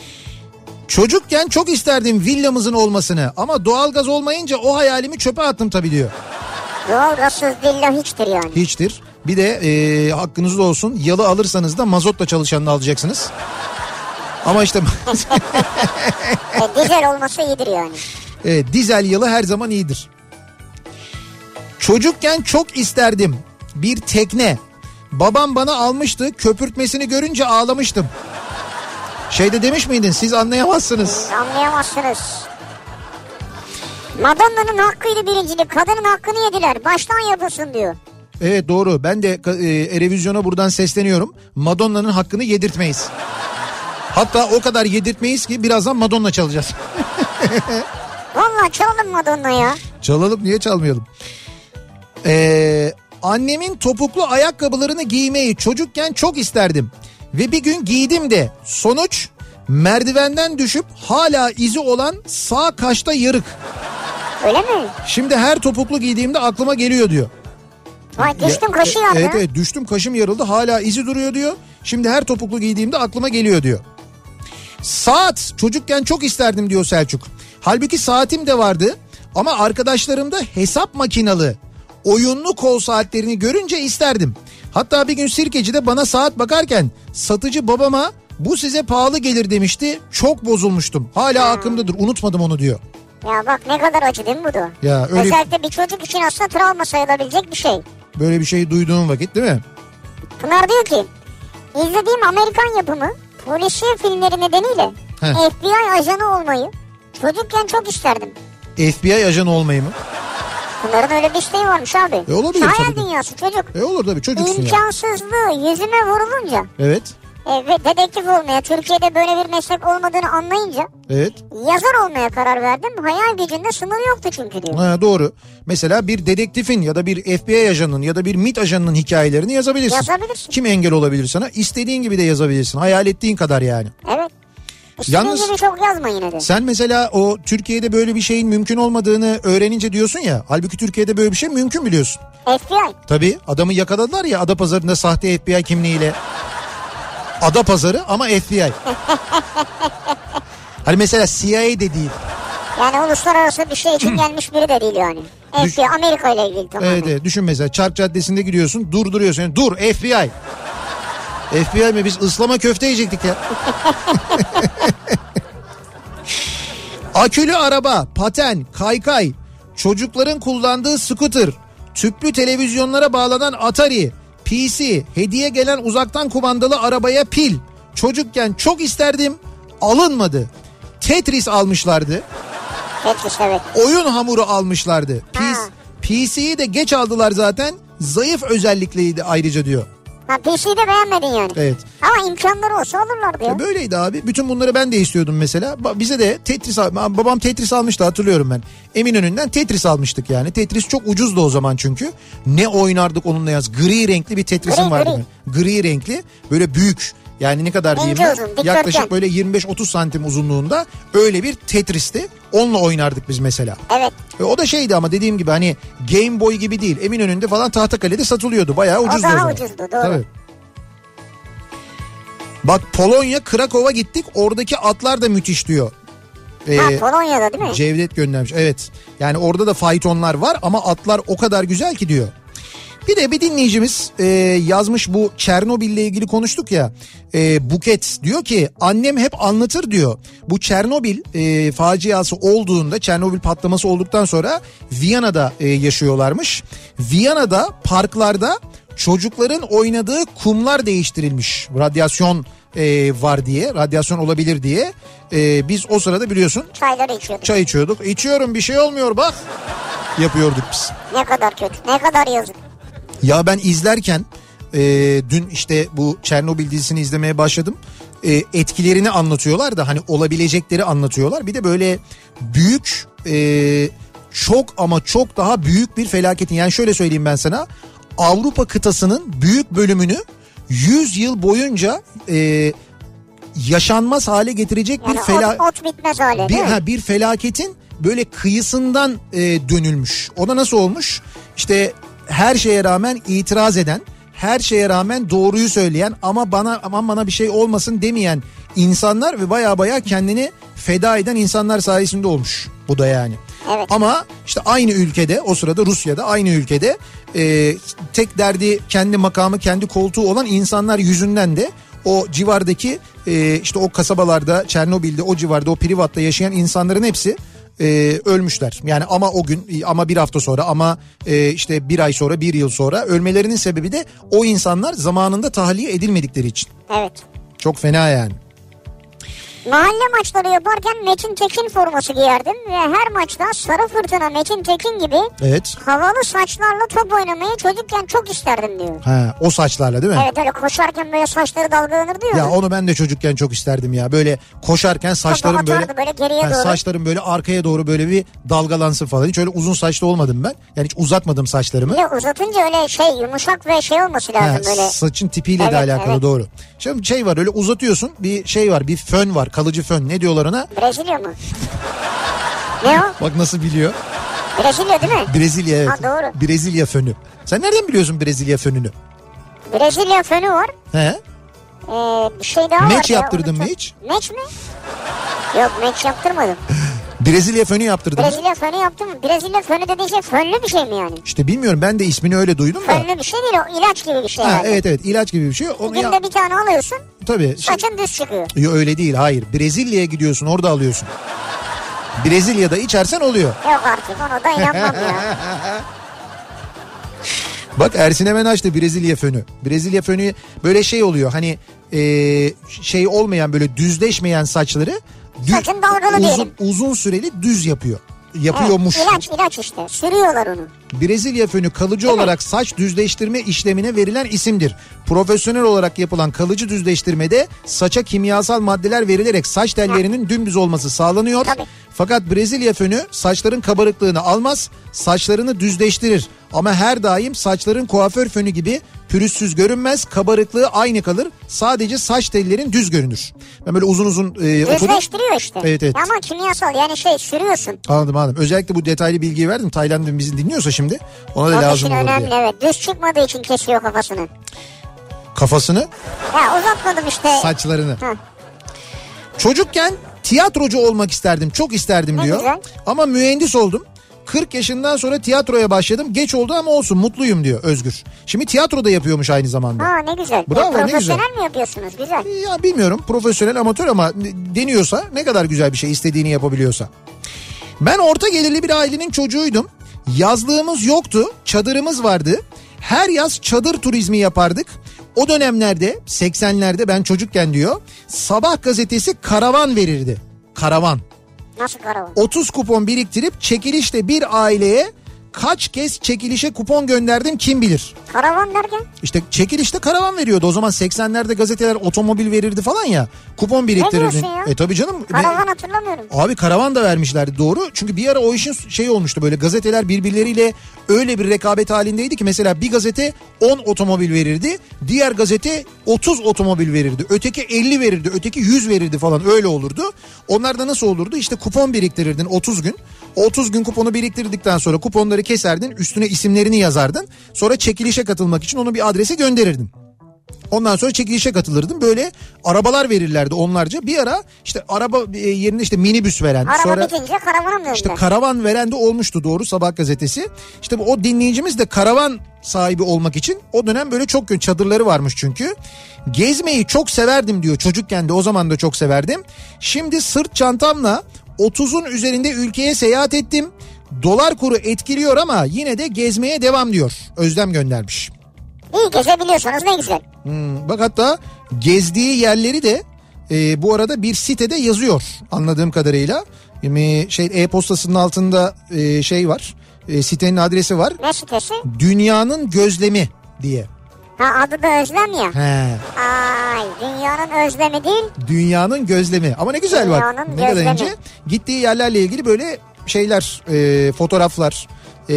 A: Çocukken çok isterdim villamızın olmasını. Ama doğalgaz olmayınca o hayalimi çöpe attım tabii diyor.
B: Doğal gazsız villa hiçtir yani.
A: Hiçtir. Bir de e, hakkınızda olsun yalı alırsanız da mazotla çalışanını alacaksınız. Ama işte
B: E, dizel olması iyidir yani.
A: E, dizel yalı her zaman iyidir. Çocukken çok isterdim bir tekne. Babam bana almıştı köpürtmesini görünce ağlamıştım. Şeyde demiş miydin siz anlayamazsınız.
B: Anlayamazsınız. Madonna'nın hakkıydı birincilik. Kadının hakkını yediler. Baştan yapılsın diyor.
A: Evet doğru ben de e, Erevizyon'a buradan sesleniyorum. Madonna'nın hakkını yedirtmeyiz. Hatta o kadar yedirtmeyiz ki birazdan Madonna çalacağız.
B: Valla çalalım Madonna ya.
A: Çalalım niye çalmayalım? Ee, annemin topuklu ayakkabılarını giymeyi çocukken çok isterdim. Ve bir gün giydim de sonuç merdivenden düşüp hala izi olan sağ kaşta yarık.
B: Öyle mi?
A: Şimdi her topuklu giydiğimde aklıma geliyor diyor.
B: Vay düştüm kaşı yandı.
A: e, Evet evet düştüm kaşım yarıldı hala izi duruyor diyor. Şimdi her topuklu giydiğimde aklıma geliyor diyor. Saat çocukken çok isterdim diyor Selçuk. Halbuki saatim de vardı ama arkadaşlarımda hesap makinalı oyunlu kol saatlerini görünce isterdim. Hatta bir gün sirkecide bana saat bakarken satıcı babama bu size pahalı gelir demişti. Çok bozulmuştum. Hala aklımdadır unutmadım onu diyor.
B: Ya bak ne kadar acı değil mi bu da?
A: Ya öyle-
B: Özellikle bir çocuk için aslında travma sayılabilecek bir şey.
A: Böyle bir şey duyduğum vakit değil mi?
B: Pınar diyor ki izlediğim Amerikan yapımı polisiye filmleri nedeniyle
A: Heh.
B: FBI ajanı olmayı çocukken çok isterdim.
A: FBI ajanı olmayı mı?
B: Bunların öyle bir isteği varmış abi.
A: E, olabilir
B: Hayal
A: tabii ki.
B: dünyası çocuk.
A: E olur tabii çocuksun ya.
B: İmkansızlığı yüzüme vurulunca
A: Evet.
B: e, ve dedektif olmaya Türkiye'de böyle bir meslek olmadığını anlayınca
A: Evet.
B: yazar olmaya karar verdim. Hayal gücünde sınır yoktu çünkü diyor.
A: Ha, doğru. Mesela bir dedektifin ya da bir FBI ajanının ya da bir MIT ajanının hikayelerini yazabilirsin.
B: Yazabilirsin.
A: Kim engel olabilir sana? İstediğin gibi de yazabilirsin. Hayal ettiğin kadar yani.
B: Evet. İstediğin
A: Yalnız-
B: gibi çok yazma yine de.
A: Sen mesela o Türkiye'de böyle bir şeyin mümkün olmadığını öğrenince diyorsun ya. Halbuki Türkiye'de böyle bir şey mümkün biliyorsun.
B: FBI.
A: Tabii adamı yakaladılar ya Adapazarı'nda sahte FBI kimliğiyle. Adapazarı ama FBI. hani mesela CIA de değil.
B: Yani uluslararası bir şey için gelmiş biri de değil yani.
A: Düş-
B: FBI Amerika ile ilgili tamamen.
A: Evet, evet düşün mesela Çark Caddesi'nde gidiyorsun durduruyorsun. Yani dur FBI. FBI mi biz ıslama köfte yiyecektik ya. Akülü araba, paten, kaykay, çocukların kullandığı scooter, tüplü televizyonlara bağlanan Atari, PC, hediye gelen uzaktan kumandalı arabaya pil. Çocukken çok isterdim, alınmadı. Tetris almışlardı
B: Tetris evet.
A: oyun hamuru almışlardı.
B: Ha.
A: PC'yi de geç aldılar zaten. Zayıf özellikliydi ayrıca diyor.
B: Ha PC'yi de beğenmedin yani.
A: Evet.
B: Ama imkanları olsa alırlardı ya.
A: E böyleydi abi. Bütün bunları ben de istiyordum mesela. Ba- Bize de Tetris al- Aa, babam Tetris almıştı hatırlıyorum ben. Eminönü'nden Tetris almıştık yani. Tetris çok ucuzdu o zaman çünkü. Ne oynardık onunla yaz. Gri renkli bir Tetris'im
B: Gri,
A: vardı.
B: gri.
A: benim. Gri renkli böyle büyük. Yani ne kadar
B: İnce
A: diyeyim ben?
B: uzun, dikdörtgen.
A: Yaklaşık böyle 25-30 santim uzunluğunda öyle bir Tetris'ti. Onunla oynardık biz mesela.
B: Evet.
A: E, o da şeydi ama dediğim gibi hani Game Boy gibi değil. Eminönü'nde falan Tahtakale'de satılıyordu. Bayağı ucuzdu.
B: daha
A: zaman.
B: ucuzdu, doğru.
A: Bak Polonya Krakow'a gittik. Oradaki atlar da müthiş diyor. Ee,
B: ha Polonya'da değil mi?
A: Cevdet göndermiş. Evet. Yani orada da faytonlar var ama atlar o kadar güzel ki diyor. Bir de bir dinleyicimiz e, yazmış bu Çernobil'le ilgili konuştuk ya. E, Buket diyor ki annem hep anlatır diyor. Bu Çernobil e, faciası olduğunda Çernobil patlaması olduktan sonra Viyana'da e, yaşıyorlarmış. Viyana'da parklarda çocukların oynadığı kumlar değiştirilmiş. Radyasyon e, var diye radyasyon olabilir diye. E, biz o sırada biliyorsun
B: Çayları içiyorduk.
A: çay içiyorduk. İçiyorum bir şey olmuyor bak. Yapıyorduk biz.
B: Ne kadar kötü. Ne kadar yazık.
A: Ya ben izlerken e, dün işte bu Çernobil dizisini izlemeye başladım. E, etkilerini anlatıyorlar da hani olabilecekleri anlatıyorlar. Bir de böyle büyük e, çok ama çok daha büyük bir felaketin yani şöyle söyleyeyim ben sana Avrupa kıtasının büyük bölümünü 100 yıl boyunca e, yaşanmaz hale getirecek
B: Yani
A: bir felaket.
B: ot, ot bitmez hali
A: Bir,
B: değil mi?
A: ha, bir felaketin böyle kıyısından e, dönülmüş. O da nasıl olmuş? İşte her şeye rağmen itiraz eden, her şeye rağmen doğruyu söyleyen ama bana aman bana bir şey olmasın demeyen insanlar ve baya baya kendini feda eden insanlar sayesinde olmuş. Bu da yani.
B: Evet.
A: Ama işte aynı ülkede o sırada Rusya'da aynı ülkede e, tek derdi kendi makamı kendi koltuğu olan insanlar yüzünden de o civardaki e, işte o kasabalarda Çernobil'de o civarda o privatta yaşayan insanların hepsi e, ölmüşler. Yani ama o gün ama bir hafta sonra ama e, işte bir ay sonra bir yıl sonra ölmelerinin sebebi de o insanlar zamanında tahliye edilmedikleri için.
B: Evet.
A: Çok fena yani.
B: Mahalle maçları yaparken Metin Tekin forması giyerdim ve her maçta sarı fırtına Metin Tekin gibi
A: Evet.
B: havalı saçlarla top oynamayı çocukken çok isterdim diyor.
A: Ha, o saçlarla değil mi?
B: Evet öyle koşarken böyle saçları dalgalanır diyor.
A: Ya onu ben de çocukken çok isterdim ya. Böyle koşarken saçlarım böyle
B: atardı böyle geriye
A: Ha,
B: doğru.
A: saçlarım böyle arkaya doğru böyle bir dalgalansın falan. Hiç öyle uzun saçlı olmadım ben. Yani hiç uzatmadım saçlarımı.
B: Bir de uzatınca öyle şey yumuşak ve şey olması lazım
A: Ha,
B: böyle.
A: saçın tipiyle
B: Evet,
A: de alakalı
B: evet.
A: doğru. Şimdi şey var öyle uzatıyorsun bir şey var bir fön var kalıcı fön ne diyorlar ona?
B: Brezilya mı? ne o?
A: Bak nasıl biliyor.
B: Brezilya değil mi?
A: Brezilya evet.
B: Ha, doğru.
A: Brezilya fönü. Sen nereden biliyorsun Brezilya fönünü?
B: Brezilya fönü var.
A: He?
B: Ee, bir şey daha var.
A: Meç
B: ya,
A: yaptırdın mı
B: unuttum.
A: hiç?
B: Meç mi? Yok meç yaptırmadım.
A: Brezilya fönü yaptırdın mı?
B: Brezilya fönü yaptım mı? Brezilya fönü dediğin şey fönlü bir şey mi yani?
A: İşte bilmiyorum ben de ismini öyle duydum da.
B: Fönlü bir şey değil o ilaç gibi bir şey
A: Ha,
B: herhalde.
A: evet evet ilaç gibi bir şey. Onu ya,
B: Günde bir tane alıyorsun
A: tabii. şey- Şimdi-
B: saçın düz çıkıyor.
A: Yo, öyle değil hayır. Brezilya'ya gidiyorsun orada alıyorsun. Brezilya'da içersen oluyor.
B: Yok artık ona da inanmam ya.
A: Bak Ersin hemen açtı Brezilya fönü. Brezilya fönü böyle şey oluyor hani e, şey olmayan böyle düzleşmeyen saçları dü-
B: Saçın dalgalı
A: uzun,
B: diyelim.
A: uzun süreli düz yapıyor. Yapıyormuş.
B: Evet, ilaç ilaç işte sürüyorlar onu.
A: Brezilya fönü kalıcı olarak saç düzleştirme işlemine verilen isimdir. Profesyonel olarak yapılan kalıcı düzleştirmede saça kimyasal maddeler verilerek saç tellerinin dümdüz olması sağlanıyor.
B: Tabii.
A: Fakat Brezilya fönü saçların kabarıklığını almaz, saçlarını düzleştirir. Ama her daim saçların kuaför fönü gibi pürüzsüz görünmez, kabarıklığı aynı kalır. Sadece saç tellerin düz görünür. Ben böyle uzun uzun e, okudum.
B: Düzleştiriyor işte.
A: Evet, evet.
B: Ama kimyasal yani şey sürüyorsun.
A: Anladım anladım. Özellikle bu detaylı bilgiyi verdim. Tayland'ın bizi dinliyorsa şimdi ona da
B: Onun
A: lazım
B: için
A: olur
B: önemli
A: diye.
B: evet. Düz çıkmadığı için kesiyor kafasını.
A: Kafasını
B: Ya uzatmadım işte.
A: saçlarını.
B: Hı.
A: Çocukken tiyatrocu olmak isterdim. Çok isterdim
B: Ne
A: diyor.
B: güzel.
A: Ama mühendis oldum. 40 yaşından sonra tiyatroya başladım. Geç oldu ama olsun mutluyum diyor Özgür. Şimdi tiyatroda yapıyormuş aynı zamanda.
B: Ha ne güzel.
A: Bravo,
B: Ya,
A: ne güzel.
B: profesyonel mi yapıyorsunuz? Güzel.
A: Ya bilmiyorum profesyonel amatör ama deniyorsa ne kadar güzel bir şey istediğini yapabiliyorsa. Ben orta gelirli bir ailenin çocuğuydum. Yazlığımız yoktu, çadırımız vardı. Her yaz çadır turizmi yapardık. O dönemlerde 80'lerde ben çocukken diyor sabah gazetesi karavan verirdi. Karavan.
B: Nasıl karavan?
A: 30 kupon biriktirip çekilişle bir aileye kaç kez çekilişe kupon gönderdim kim bilir.
B: Karavan derken?
A: İşte çekilişte karavan veriyordu. O zaman 80'lerde gazeteler otomobil verirdi falan ya. Kupon biriktirirdin.
B: diyorsun ya?
A: E tabii canım. Bir-
B: Karavan hatırlamıyorum.
A: Abi karavan da vermişlerdi doğru. Çünkü bir ara o işin şey olmuştu böyle gazeteler birbirleriyle öyle bir rekabet halindeydi ki mesela bir gazete 10 otomobil verirdi. Diğer gazete 30 otomobil verirdi. Öteki 50 verirdi. Öteki 100 verirdi falan öyle olurdu. Onlar da nasıl olurdu? İşte kupon biriktirirdin 30 gün. 30 gün kuponu biriktirdikten sonra kuponları keserdin. Üstüne isimlerini yazardın. Sonra çekilişe katılmak için onu bir adrese gönderirdin. Ondan sonra çekilişe katılırdım. Böyle arabalar verirlerdi onlarca. Bir ara işte araba e, yerine işte minibüs veren.
B: Araba
A: sonra
B: bitince karavana mı döndü?
A: işte karavan veren de olmuştu doğru Sabah gazetesi. İşte bu- o dinleyicimiz de karavan sahibi olmak için o dönem böyle çok kötü çadırları varmış çünkü. Gezmeyi çok severdim diyor çocukken de o zaman da çok severdim. Şimdi sırt çantamla 30'un üzerinde ülkeye seyahat ettim. Dolar kuru etkiliyor ama yine de gezmeye devam diyor. Özlem göndermiş.
B: İyi gezebiliyorsanız ne güzel.
A: Hmm, bak hatta gezdiği yerleri de e, bu arada bir sitede yazıyor anladığım kadarıyla. Yani şey e-postasının altında e, şey var. e, sitenin adresi var.
B: Ne sitesi?
A: Dünyanın gözlemi diye.
B: Ha adı da Özlem ya.
A: He.
B: Ay dünyanın özlemi değil.
A: Dünyanın gözlemi. Ama ne güzel bak.
B: Dünyanın
A: ne kadar
B: gözlemi.
A: ince. Gittiği yerlerle ilgili böyle şeyler, e, fotoğraflar. E,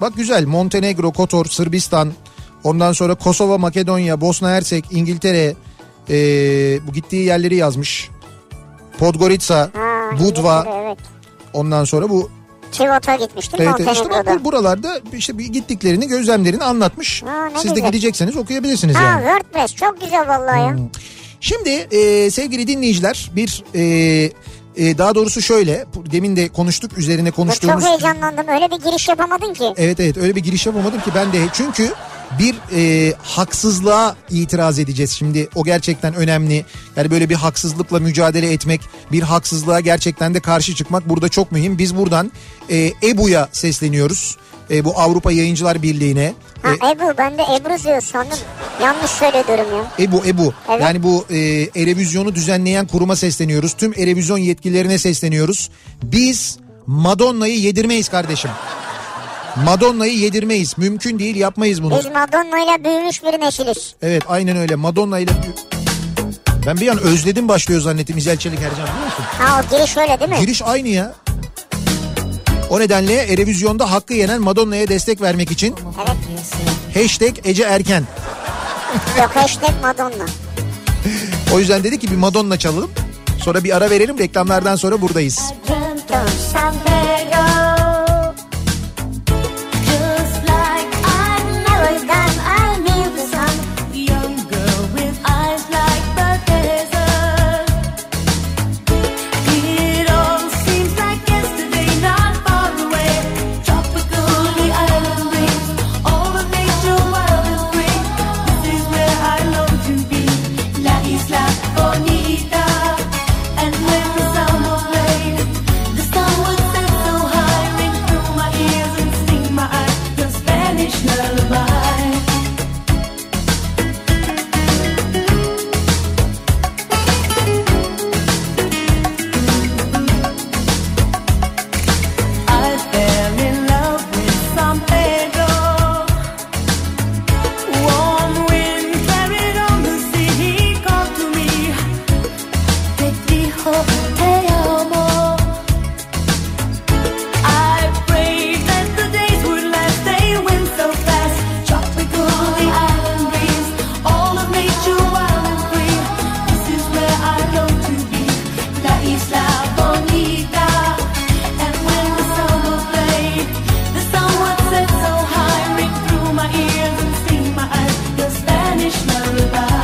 A: bak güzel. Montenegro, Kotor, Sırbistan. Ondan sonra Kosova, Makedonya, Bosna Hersek, İngiltere. E, bu gittiği yerleri yazmış. Podgorica,
B: Ha,
A: Budva.
B: İngiltere, Evet.
A: Ondan sonra bu
B: Çivot'a gitmiştim
A: Evet, evet. İşte bak
B: Montenegro'da.
A: bu- buralarda işte bir gittiklerini, gözlemlerini anlatmış.
B: Aa, ne
A: Siz de
B: güzel.
A: gidecekseniz okuyabilirsiniz
B: Ha
A: yani.
B: WordPress çok güzel vallahi
A: Hmm,
B: ya.
A: Şimdi e, sevgili dinleyiciler bir e, e, daha doğrusu şöyle bu- demin de konuştuk üzerine
B: Dur, Çok
A: konuştuğumuz. E,
B: heyecanlandım öyle bir giriş yapamadın ki.
A: Evet evet öyle bir giriş yapamadım ki ben de çünkü bir e, haksızlığa itiraz edeceğiz şimdi. O gerçekten önemli. Yani böyle bir haksızlıkla mücadele etmek, bir haksızlığa gerçekten de karşı çıkmak burada çok mühim. Biz buradan e, EBU'ya sesleniyoruz. E, bu Avrupa Yayıncılar Birliği'ne. E,
B: Ha Ebru ben de Ebru diyor sandım. Yanlış söylüyorum ya.
A: EBU, EBU.
B: Evet.
A: Yani bu e, Erevizyon'u düzenleyen kuruma sesleniyoruz. Tüm Erevizyon yetkililerine sesleniyoruz. Biz Madonna'yı yedirmeyiz kardeşim. Madonna'yı yedirmeyiz. Mümkün değil yapmayız bunu.
B: Biz Madonna ile büyümüş bir nesiliz.
A: Evet aynen öyle. Madonna ile... Ben bir an özledim başlıyor zannettim İzel Çelik Ercan biliyor musun?
B: Ha o giriş öyle değil mi?
A: Giriş aynı ya. O nedenle Erevizyon'da hakkı yenen Madonna'ya destek vermek için
B: Evet.
A: hashtag Ece Erken.
B: Yok hashtag Madonna.
A: O yüzden dedi ki bir Madonna çalalım. Sonra bir ara verelim reklamlardan sonra buradayız.
C: Juntos sombrero. Just like I've never done, I knew the sun. Young girl with eyes like the desert. It all seems like yesterday, not far away. Tropically island breeze, all of nature wild and free. This is where I long to be, La Isla Bonita. And when the summer played, the sun would set so high, ring through my ears and sting my eyes. The Spanish lullaby. I fell in love with San Pedro. Warm wind carried on the sea. He called to me. Te dijo te amo. I prayed that the days would last. They went so fast. Tropical the island breeze. All of nature wild and free. This is where I long to be. La Isla Bonita. And when the sun will fade, the sun would set so high, ring through my ears and sting my eyes. The Spanish lullaby.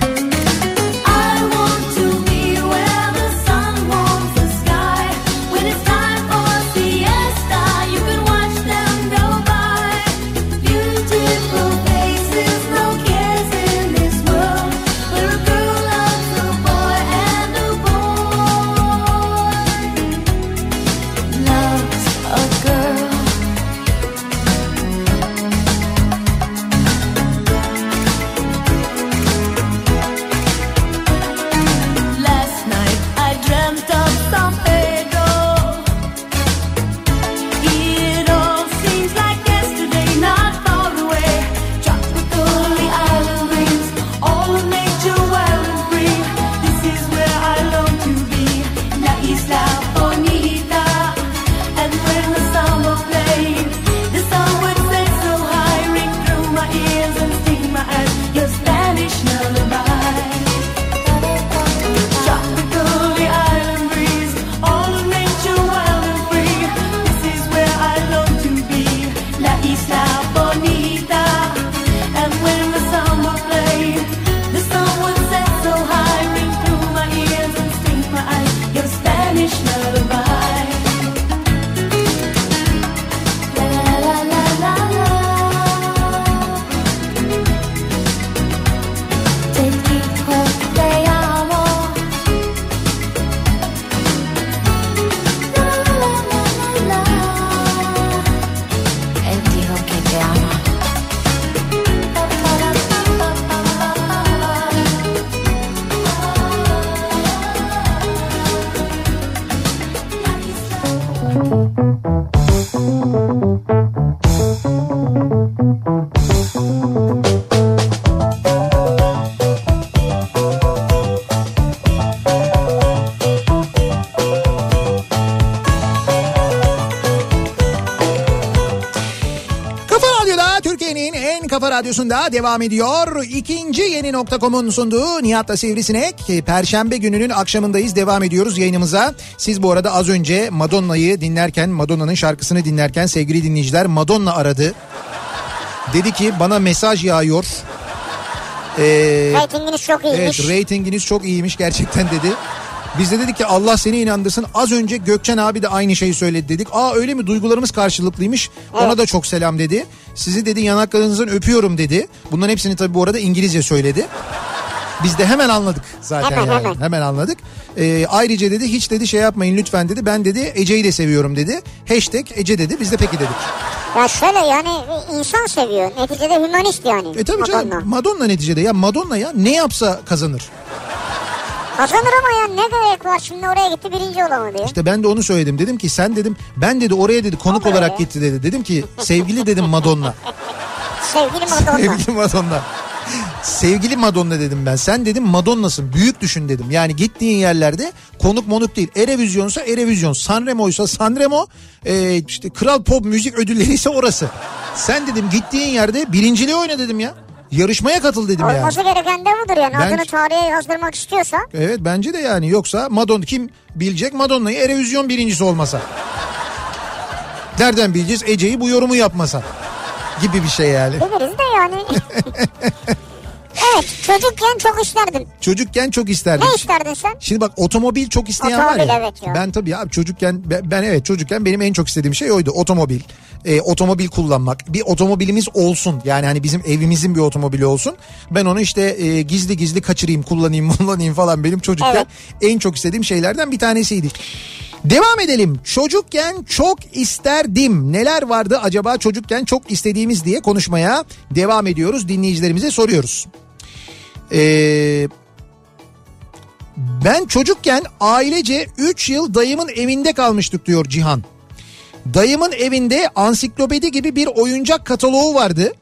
C: I want to be where the sun warms the sky. When it's time for siesta, you can watch them go by. Beautiful faces, no cares in this world. Where a girl loves a boy and a boy loves a girl. Last night I dreamt of San Pedro. It all seems like yesterday, not far away. Tropical island breeze, all of nature wild and free. This is where I long to be, La Isla Bonita. And when the summer played, the sun would set so high, ring through my ears and sting my eyes. Your Spanish lullaby. Tropically island breeze, all of nature wild and free. This is where I long to be, La Isla Bonita. And when the summer played, the sun would set so high, ring through my ears and sting my eyes. Your Spanish lullaby. La la la la la. Te dijo te amo. La la la la la. Él dijo que te ama.
A: Kafa Radyo'da Türkiye'nin en kafa radyosunda devam ediyor. İkinci yeni nokta.com'un sunduğu Nihat'la Sivrisinek. Perşembe gününün akşamındayız. Devam ediyoruz yayınımıza. Siz bu arada az önce Madonna'yı dinlerken, Madonna'nın şarkısını dinlerken sevgili dinleyiciler Madonna aradı. Dedi ki bana mesaj yağıyor. Ee, E,
B: Ratinginiz çok iyiymiş.
A: Evet reytinginiz çok iyiymiş gerçekten dedi. Biz de dedik ki Allah seni inandırsın. Az önce Gökçen abi de aynı şeyi söyledi dedik. Aa öyle mi duygularımız karşılıklıymış. Ona da çok selam dedi. Sizi dedi yanaklarınızdan öpüyorum dedi. Bunların hepsini tabii bu arada İngilizce söyledi. Biz de hemen anladık zaten
B: Hemen,
A: yani.
B: hemen.
A: Hemen anladık. Ee, ayrıca dedi hiç dedi şey yapmayın lütfen dedi. Ben dedi Ece'yi de seviyorum dedi. Hashtag Ece dedi. Biz de peki dedik.
B: Ya şöyle yani insan seviyor. Neticede hümanist yani.
A: E tabii canım
B: Madonna.
A: Madonna neticede ya Madonna ya ne yapsa kazanır.
B: Kazanır ama ya ne gerek var şimdi oraya gitti birinci olamadı ya.
A: İşte ben de onu söyledim. Dedim ki sen dedim ben dedi oraya dedi konuk
B: Ama
A: olarak
B: öyle.
A: gitti dedi. Dedim ki sevgili dedim Madonna.
B: Sevgili Madonna.
A: Sevgili Madonna. Sevgili Madonna dedim ben. Sen dedim Madonna'sın. Büyük düşün dedim. Yani gittiğin yerlerde konuk monuk değil. Erevizyonsa Erevizyon. Sanremo'ysa Sanremo. e, işte Kral Pop Müzik Ödülleri ise orası. Sen dedim gittiğin yerde birinciliği oyna dedim ya. Yarışmaya katıl dedim yani.
B: Olması gereken de budur yani.
A: Ben-
B: Adını tarihe yazdırmak istiyorsa.
A: Evet bence de yani yoksa Madonna kim bilecek Madonna'yı Erevizyon birincisi olmasa. Nereden bileceğiz Ece'yi bu yorumu yapmasa gibi bir şey yani.
B: Biliriz de yani. evet çocukken çok isterdim.
A: Çocukken çok
B: Ne
A: isterdim.
B: isterdin sen?
A: Şimdi bak otomobil çok isteyen
B: Otomobil,
A: var ya.
B: evet ya.
A: Ben tabii abi çocukken ben, ben evet çocukken benim en çok istediğim şey oydu otomobil. Ee, otomobil kullanmak. Bir otomobilimiz olsun. Yani hani bizim evimizin bir otomobili olsun. Ben onu işte e, gizli gizli kaçırayım, kullanayım, kullanayım falan benim çocukken
B: Evet.
A: en çok istediğim şeylerden bir tanesiydi. Devam edelim. Çocukken çok isterdim. Neler vardı acaba çocukken çok istediğimiz diye konuşmaya devam ediyoruz. Dinleyicilerimize soruyoruz. Ee, ben çocukken ailece 3 yıl dayımın evinde kalmıştık diyor Cihan. Dayımın evinde ansiklopedi gibi bir oyuncak kataloğu vardı.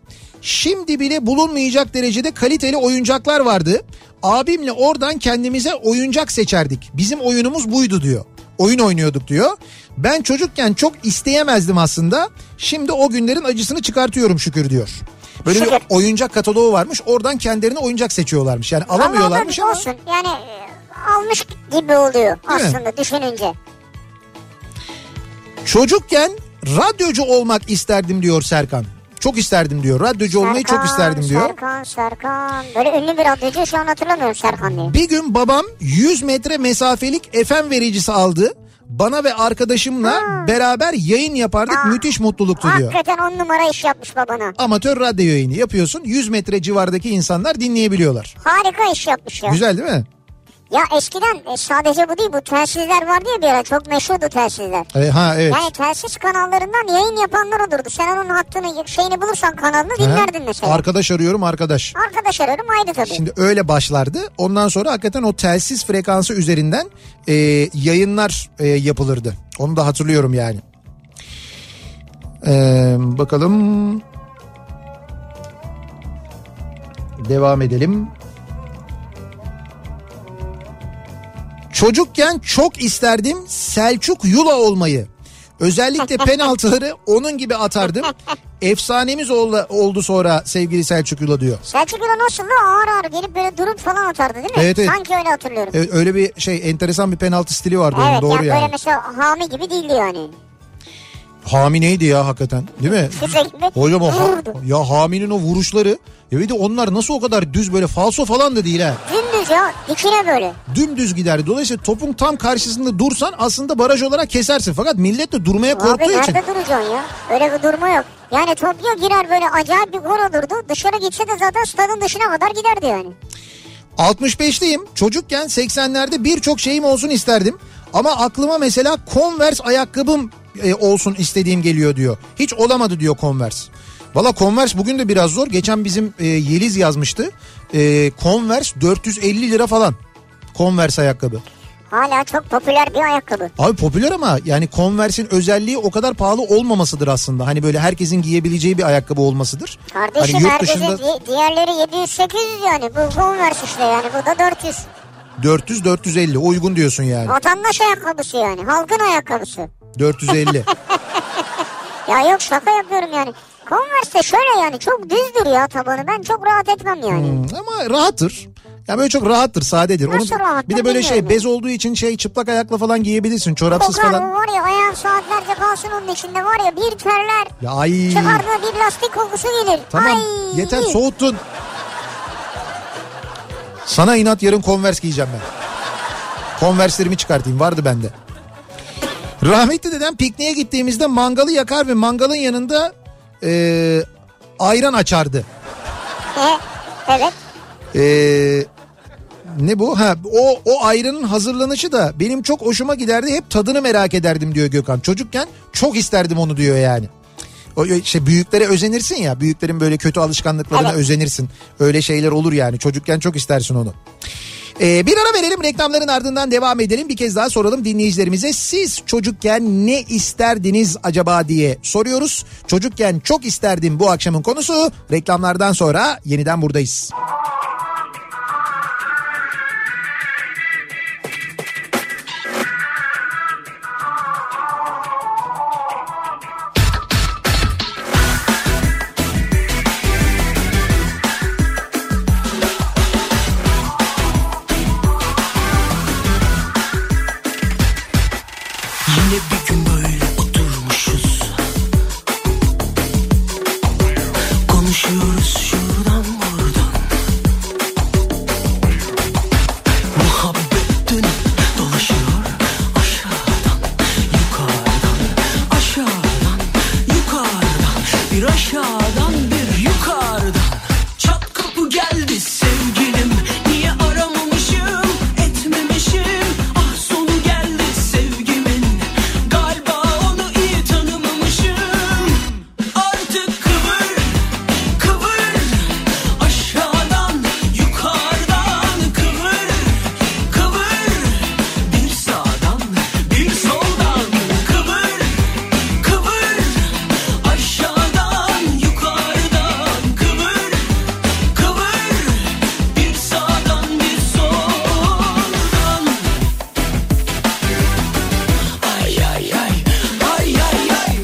A: Şimdi bile bulunmayacak derecede kaliteli oyuncaklar vardı. Abimle oradan kendimize oyuncak seçerdik. Bizim oyunumuz buydu diyor. Oyun oynuyorduk diyor. Ben çocukken çok isteyemezdim aslında. Şimdi o günlerin acısını çıkartıyorum şükür diyor. Böyle bir
B: Şükür.
A: oyuncak kataloğu varmış. Oradan kendilerine oyuncak seçiyorlarmış. Yani alamıyorlarmış
B: Ama
A: ama.
B: olsun. Yani e, almış gibi oluyor aslında düşününce.
A: Çocukken radyocu olmak isterdim diyor Serkan. Çok isterdim diyor. Radyocu olmayı çok isterdim diyor.
B: Serkan, Serkan. Böyle ünlü bir radyocu şu an hatırlamıyorum Serkan diye.
A: Bir gün babam 100 metre mesafelik FM vericisi aldı. Bana ve arkadaşımla beraber yayın yapardık.
B: Aa.
A: Müthiş mutluluktu diyor.
B: Hakikaten on numara iş yapmış babana.
A: Amatör radyo yayını yapıyorsun. 100 metre civardaki insanlar dinleyebiliyorlar.
B: Harika iş yapmış ya.
A: Güzel değil mi?
B: Ya eskiden e, sadece bu değil bu telsizler vardı ya bir ara çok meşhurdu telsizler.
A: E, ha evet.
B: Yani telsiz kanallarından yayın yapanlar olurdu. Sen onun hattını şeyini bulursan kanalını
A: Ha.
B: dinlerdin mesela.
A: Arkadaş arıyorum arkadaş.
B: Arkadaş arıyorum haydi tabii.
A: Şimdi öyle başlardı. Ondan sonra hakikaten o telsiz frekansı üzerinden e, yayınlar e, yapılırdı. Onu da hatırlıyorum yani. E, bakalım. Devam edelim. Çocukken çok isterdim Selçuk Yula olmayı. Özellikle penaltıları onun gibi atardım. Efsanemiz oldu, oldu sonra sevgili Selçuk Yula diyor.
B: Selçuk İlhan nasıldı ağır ağır gelip böyle durup falan atardı değil mi?
A: Evet, evet.
B: Sanki öyle hatırlıyorum.
A: Evet, öyle bir şey enteresan bir penaltı stili vardı onun
B: Evet,
A: doğru
B: yani
A: yani.
B: böyle mesela hami gibi değildi yani.
A: Hami neydi ya hakikaten değil mi?
B: Tüfek gibi
A: Hocam o ha-
B: vururdu.
A: ya Hami'nin o vuruşları ya bir de onlar nasıl o kadar düz böyle falso falan da değil ha.
B: Dümdüz ya dikine böyle.
A: Dümdüz giderdi. Dolayısıyla topun tam karşısında dursan aslında baraj olarak kesersin. Fakat millet de durmaya korktuğu
B: Abi
A: için.
B: nerede duracaksın ya? Öyle bir durma yok. Yani top ya girer böyle acayip bir gol olurdu. Dışarı gitse de zaten stadın dışına kadar giderdi yani.
A: 65'liyim. Çocukken 80'lerde birçok şeyim olsun isterdim. Ama aklıma mesela Converse ayakkabım e, olsun istediğim geliyor diyor. Hiç olamadı diyor Converse. Valla Converse bugün de biraz zor. Geçen bizim e, Yeliz yazmıştı. E, Converse 450 lira falan. Converse ayakkabı.
B: Hala çok popüler bir ayakkabı.
A: Abi popüler ama yani Converse'in özelliği o kadar pahalı olmamasıdır aslında. Hani böyle herkesin giyebileceği bir ayakkabı olmasıdır.
B: Kardeşim
A: hani yurt
B: herkesin
A: dışında
B: di- diğerleri 700-800 yani. Bu Converse işte yani. Bu da 400.
A: 400-450 uygun diyorsun yani.
B: Vatandaş ayakkabısı yani. Halkın ayakkabısı.
A: 450.
B: Ya yok şaka yapıyorum yani. Converse de şöyle yani çok düzdür ya tabanı. Ben çok rahat etmem yani.
A: Hmm. Ama rahattır. Ya böyle çok rahattır, sadedir.
B: Nasıl rahattır
A: bir de böyle şey
B: bilmiyorum.
A: bez olduğu için şey çıplak ayakla falan giyebilirsin, çorapsız
B: Kokar
A: falan.
B: bu var ya ayağın saatlerce kalsın onun içinde var ya bir terler.
A: Ya ay.
B: Çıkardığında bir lastik kokusu gelir.
A: Tamam,
B: Ay.
A: yeter soğuttun. Sana inat yarın Converse giyeceğim ben. Konverslerimi çıkartayım vardı bende. Rahmetli dedem pikniğe gittiğimizde mangalı yakar ve mangalın yanında eee, ayran açardı.
B: E, evet.
A: Ee, ne bu? Ha o o ayranın hazırlanışı da benim çok hoşuma giderdi. Hep tadını merak ederdim diyor Gökhan. Çocukken çok isterdim onu diyor yani. O işte büyüklere özenirsin ya. Büyüklerin böyle kötü alışkanlıklarına
B: Evet.
A: özenirsin. Öyle şeyler olur yani. Çocukken çok istersin onu. Ee, bir ara verelim reklamların ardından devam edelim. Bir kez daha soralım dinleyicilerimize siz çocukken ne isterdiniz acaba diye soruyoruz. Çocukken çok isterdim bu akşamın konusu. Reklamlardan sonra yeniden buradayız.
D: Yine bir gün böyle oturmuşuz Konuşuyoruz şuradan buradan Muhabbet dönüp dolaşıyor Aşağıdan yukarıdan Aşağıdan yukarıdan Bir aşağıdan bir yukarıdan Çat kapı geldi sevgilim Niye aramamışım etmemişim Ah sonu geldi sevgimin Galiba onu iyi tanımamışım Artık kıvır kıvır Aşağıdan yukarıdan kıvır kıvır Bir sağdan bir soldan kıvır kıvır Aşağıdan yukarıdan kıvır kıvır Bir sağdan bir soldan Ay ay ay ay ay ay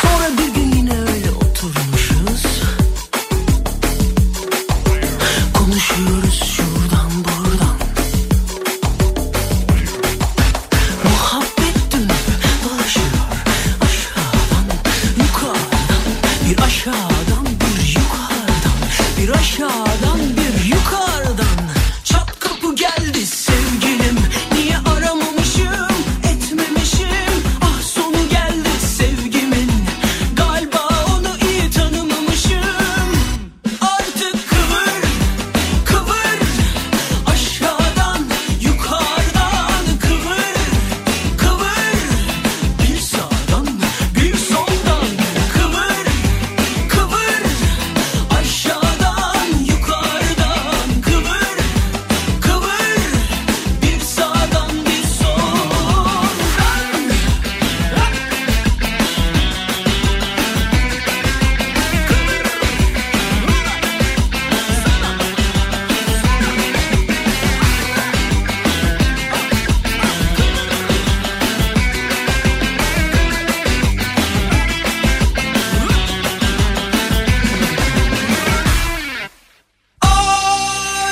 D: Sonra bir gün yine öyle oturmuşuz Konuşuyoruz şuradan buradan Muhabbet dönüp dolaşıyor Aşağıdan yukarıdan Bir aşağıdan bir yukarıdan Bir aşağıdan bir yukarıdan Çat kapı geldi sevgilim Niye aramamışım etmemişim Ah sonu geldi sevgimin Galiba onu iyi tanımamışım Artık kıvır kıvır Aşağıdan yukarıdan kıvır kıvır Bir sağdan bir soldan kıvır kıvır Aşağıdan yukarıdan kıvır kıvır Bir sağdan bir soldan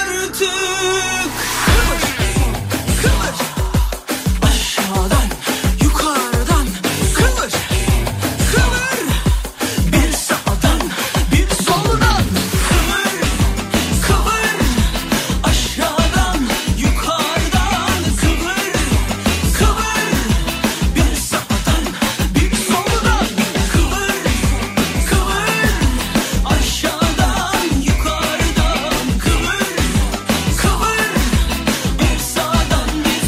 D: Artık kıvır, kıvır. Aşağıdan, yukarıdan kıvır, kıvır. Bir sağdan, bir soldan kıvır, kıvır. Aşağıdan, yukarıdan kıvır, kıvır. Bir sağdan, bir soldan kıvır, kıvır. Aşağıdan, yukarıdan kıvır, kıvır. Bir sağdan, bir soldan.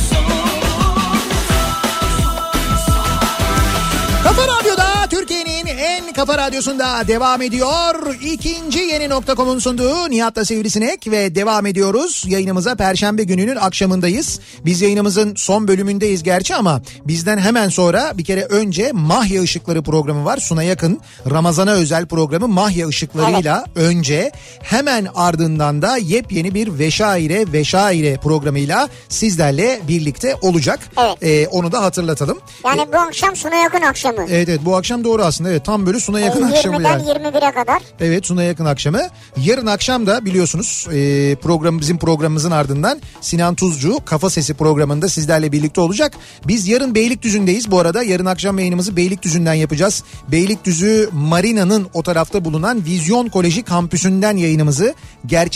A: Kafa Radyo'da Türkiye'nin en kafa radyosunda devam ediyor. İkinci yeni nokta.com'un sunduğu Nihat'la Sivrisinek ve devam ediyoruz. Yayınımıza Perşembe gününün akşamındayız. Biz yayınımızın son bölümündeyiz gerçi ama bizden hemen sonra bir kere önce Mahya Işıkları programı var. Suna yakın Ramazan'a özel programı Mahya Işıkları'yla önce hemen ardından da yepyeni bir Veşaire Veşaire programıyla sizlerle birlikte olacak.
B: Evet.
A: Ee, onu da hatırlatalım.
B: Yani bu akşam Suna Yakın akşamı.
A: Evet evet bu akşam doğru aslında evet tam böyle Suna E,
B: Ee,
A: yakın akşamı
B: 20'den
A: yani.
B: 21'e kadar.
A: Evet Suna Yakın Akşamı. Yarın akşam da biliyorsunuz e, program bizim programımızın ardından Sinan Tuzcu Kafa Sesi programında sizlerle birlikte olacak. Biz yarın Beylikdüzü'ndeyiz bu arada. Yarın akşam yayınımızı Beylikdüzü'nden yapacağız. Beylikdüzü Marina'nın o tarafta bulunan Vizyon Koleji kampüsünden yayınımızı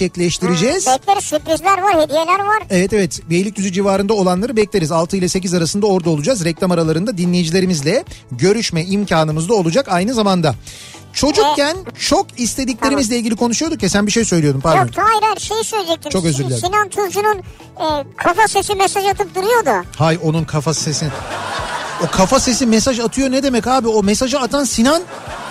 A: gerçekleştireceğiz.
B: Bekleriz sürprizler var, hediyeler var.
A: Evet evet Beylikdüzü civarında olanları bekleriz. 6 ile 8 arasında orada olacağız. Reklam aralarında dinleyicilerimizle görüşme imkanımız da olacak aynı zamanda. Çocukken çok istediklerimizle ilgili konuşuyorduk ya sen bir şey söylüyordun pardon.
B: Yok hayır hayır şey söyleyecektim.
A: Çok özür dilerim.
B: Sinan Tuzcu'nun e, kafa sesi mesaj atıp duruyordu.
A: Hay onun kafa sesini. O kafa sesi mesaj atıyor ne demek abi? O mesajı atan Sinan,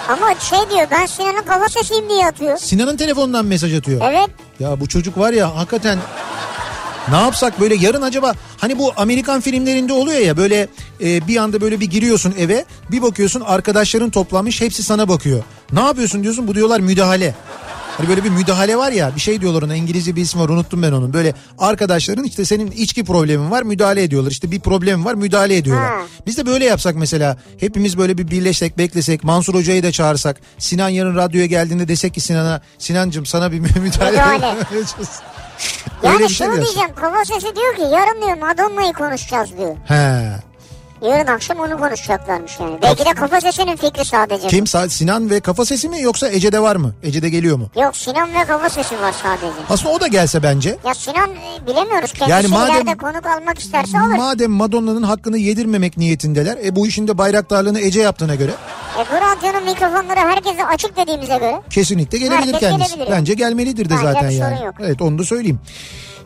B: Ama şey diyor ben Sinan'ın kafa sesiyim diye atıyor.
A: Sinan'ın telefonundan mesaj atıyor.
B: Evet.
A: Ya bu çocuk var ya hakikaten ne yapsak böyle yarın acaba hani bu Amerikan filmlerinde oluyor ya böyle e, bir anda böyle bir giriyorsun eve bir bakıyorsun arkadaşların toplanmış hepsi sana bakıyor. Ne yapıyorsun diyorsun bu diyorlar müdahale. Hani böyle bir müdahale var ya bir şey diyorlar ona İngilizce bir ismi var unuttum ben onun. Böyle arkadaşların işte senin içki problemin var müdahale ediyorlar. İşte bir problem var müdahale ediyorlar.
B: Ha.
A: Biz de böyle yapsak mesela hepimiz böyle bir birleşsek beklesek Mansur Hoca'yı da çağırsak Sinan yarın radyoya geldiğinde desek ki Sinan'a Sinancım sana bir müdahale
B: Müdahale.
A: yapacağız."
B: Yani
A: Öyle bir şey
B: şunu
A: mi yapsak?
B: diyeceğim kafa sesi diyor ki yarın diyor Madonna'yı konuşacağız diyor.
A: He.
B: Yarın akşam onu konuşacaklarmış yani. Belki de kafa sesinin fikri sadece.
A: Kim Sa- Sinan ve kafa sesi mi yoksa Ece'de var mı? Ece'de geliyor mu?
B: Yok Sinan ve kafa sesi var sadece.
A: Aslında o da gelse bence.
B: Ya Sinan e, bilemiyoruz kendisi
A: Yani
B: yani
A: madem-
B: ileride konuk almak isterse alır.
A: Madem Madonna'nın hakkını yedirmemek niyetindeler. E bu işin de bayraktarlığını Ece yaptığına göre
B: E, bu radyonun mikrofonları herkese açık dediğimize göre.
A: kesinlikle gelebilir
B: Herkes
A: kendisi.
B: gelebilir.
A: Bence gelmelidir de
B: Bence
A: zaten
B: bir sorun
A: yani.
B: yok.
A: Evet onu da söyleyeyim.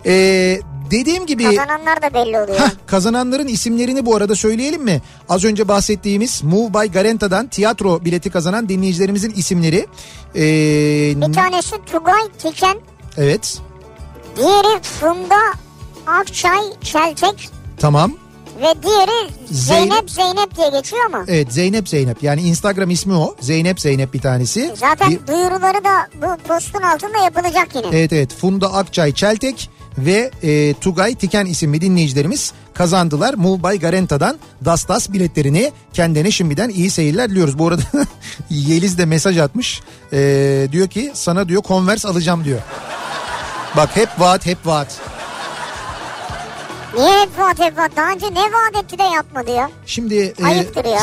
A: Ee, dediğim gibi
B: Kazananlar da belli oluyor.
A: Heh, kazananların isimlerini bu arada söyleyelim mi? Az önce bahsettiğimiz Move by Garanta'dan tiyatro bileti kazanan dinleyicilerimizin isimleri. Ee,
B: Bir tanesi Tugay Tiken,
A: evet
B: diğeri Funda Akçay Çeltek
A: tamam.
B: ve diğeri
A: Zeynep-
B: Zeynep Zeynep diye geçiyor ama.
A: Evet Zeynep Zeynep yani Instagram ismi o. Zeynep Zeynep bir tanesi.
B: Zaten
A: E, Bir- E,
B: duyuruları da bu postun altında yapılacak yine.
A: Evet evet Funda Akçay Çeltek ve e, Tugay Tiken isimli dinleyicilerimiz kazandılar. Move by Garanta'dan Dastas biletlerini kendine şimdiden iyi seyirler diliyoruz. Bu arada Yeliz de mesaj atmış. E, diyor ki sana diyor Converse alacağım diyor. Bak hep vaat hep vaat.
B: Niye hep vaat hep vaat? Daha önce ne vaat etti de yapmadı ya?
A: Şimdi e,
B: Ayıptır ya.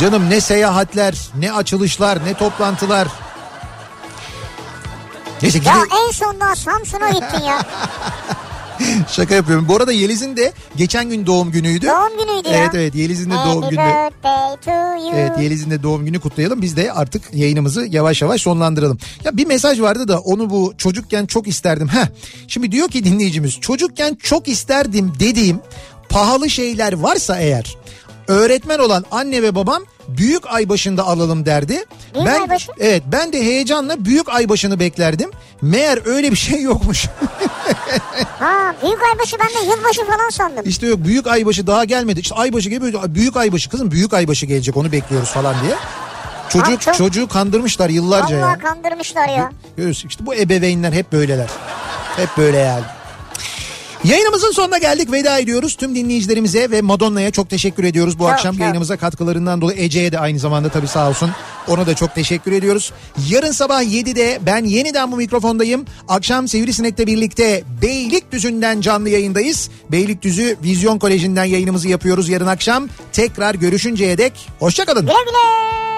A: canım ne seyahatler ne açılışlar ne toplantılar. Neyse
B: Ya
A: gidi-
B: en son daha Samsun'a gittin ya.
A: Şaka yapıyorum. Bu arada Yeliz'in de geçen gün doğum günüydü.
B: Doğum günüydü ya. Ee,
A: Evet evet Yeliz'in de doğum
B: Happy
A: günü.
B: birthday to you.
A: Evet Yeliz'in de doğum günü kutlayalım. Biz de artık yayınımızı yavaş yavaş sonlandıralım. Ya bir mesaj vardı da onu bu çocukken çok isterdim. Heh. Şimdi diyor ki dinleyicimiz çocukken çok isterdim dediğim pahalı şeyler varsa eğer öğretmen olan anne ve babam büyük ay başında alalım derdi.
B: Büyük
A: ben
B: aybaşı?
A: evet ben de heyecanla büyük ay başını beklerdim. Meğer öyle bir şey yokmuş.
B: Ha büyük aybaşı ben de yılbaşı falan sandım.
A: İşte yok büyük aybaşı daha gelmedi. İşte aybaşı gibi büyük aybaşı kızım büyük aybaşı gelecek onu bekliyoruz falan diye. Çocuk
B: Abi çok-
A: çocuğu kandırmışlar yıllarca
B: Vallahi
A: ya.
B: kandırmışlar ya.
A: Görüyorsun işte bu ebeveynler hep böyleler. Hep böyle yani. Yayınımızın sonuna geldik veda ediyoruz. Tüm dinleyicilerimize ve Madonna'ya çok teşekkür ediyoruz. Bu
B: Çok,
A: akşam
B: çok.
A: yayınımıza katkılarından dolayı Ece'ye de aynı zamanda tabii sağ olsun. Ona da çok teşekkür ediyoruz. Yarın sabah 7'de ben yeniden bu mikrofondayım. Akşam Sivrisinek'le birlikte Beylikdüzü'nden canlı yayındayız. Beylikdüzü Vizyon Koleji'nden yayınımızı yapıyoruz yarın akşam. Tekrar görüşünceye dek hoşçakalın.
B: Güle güle.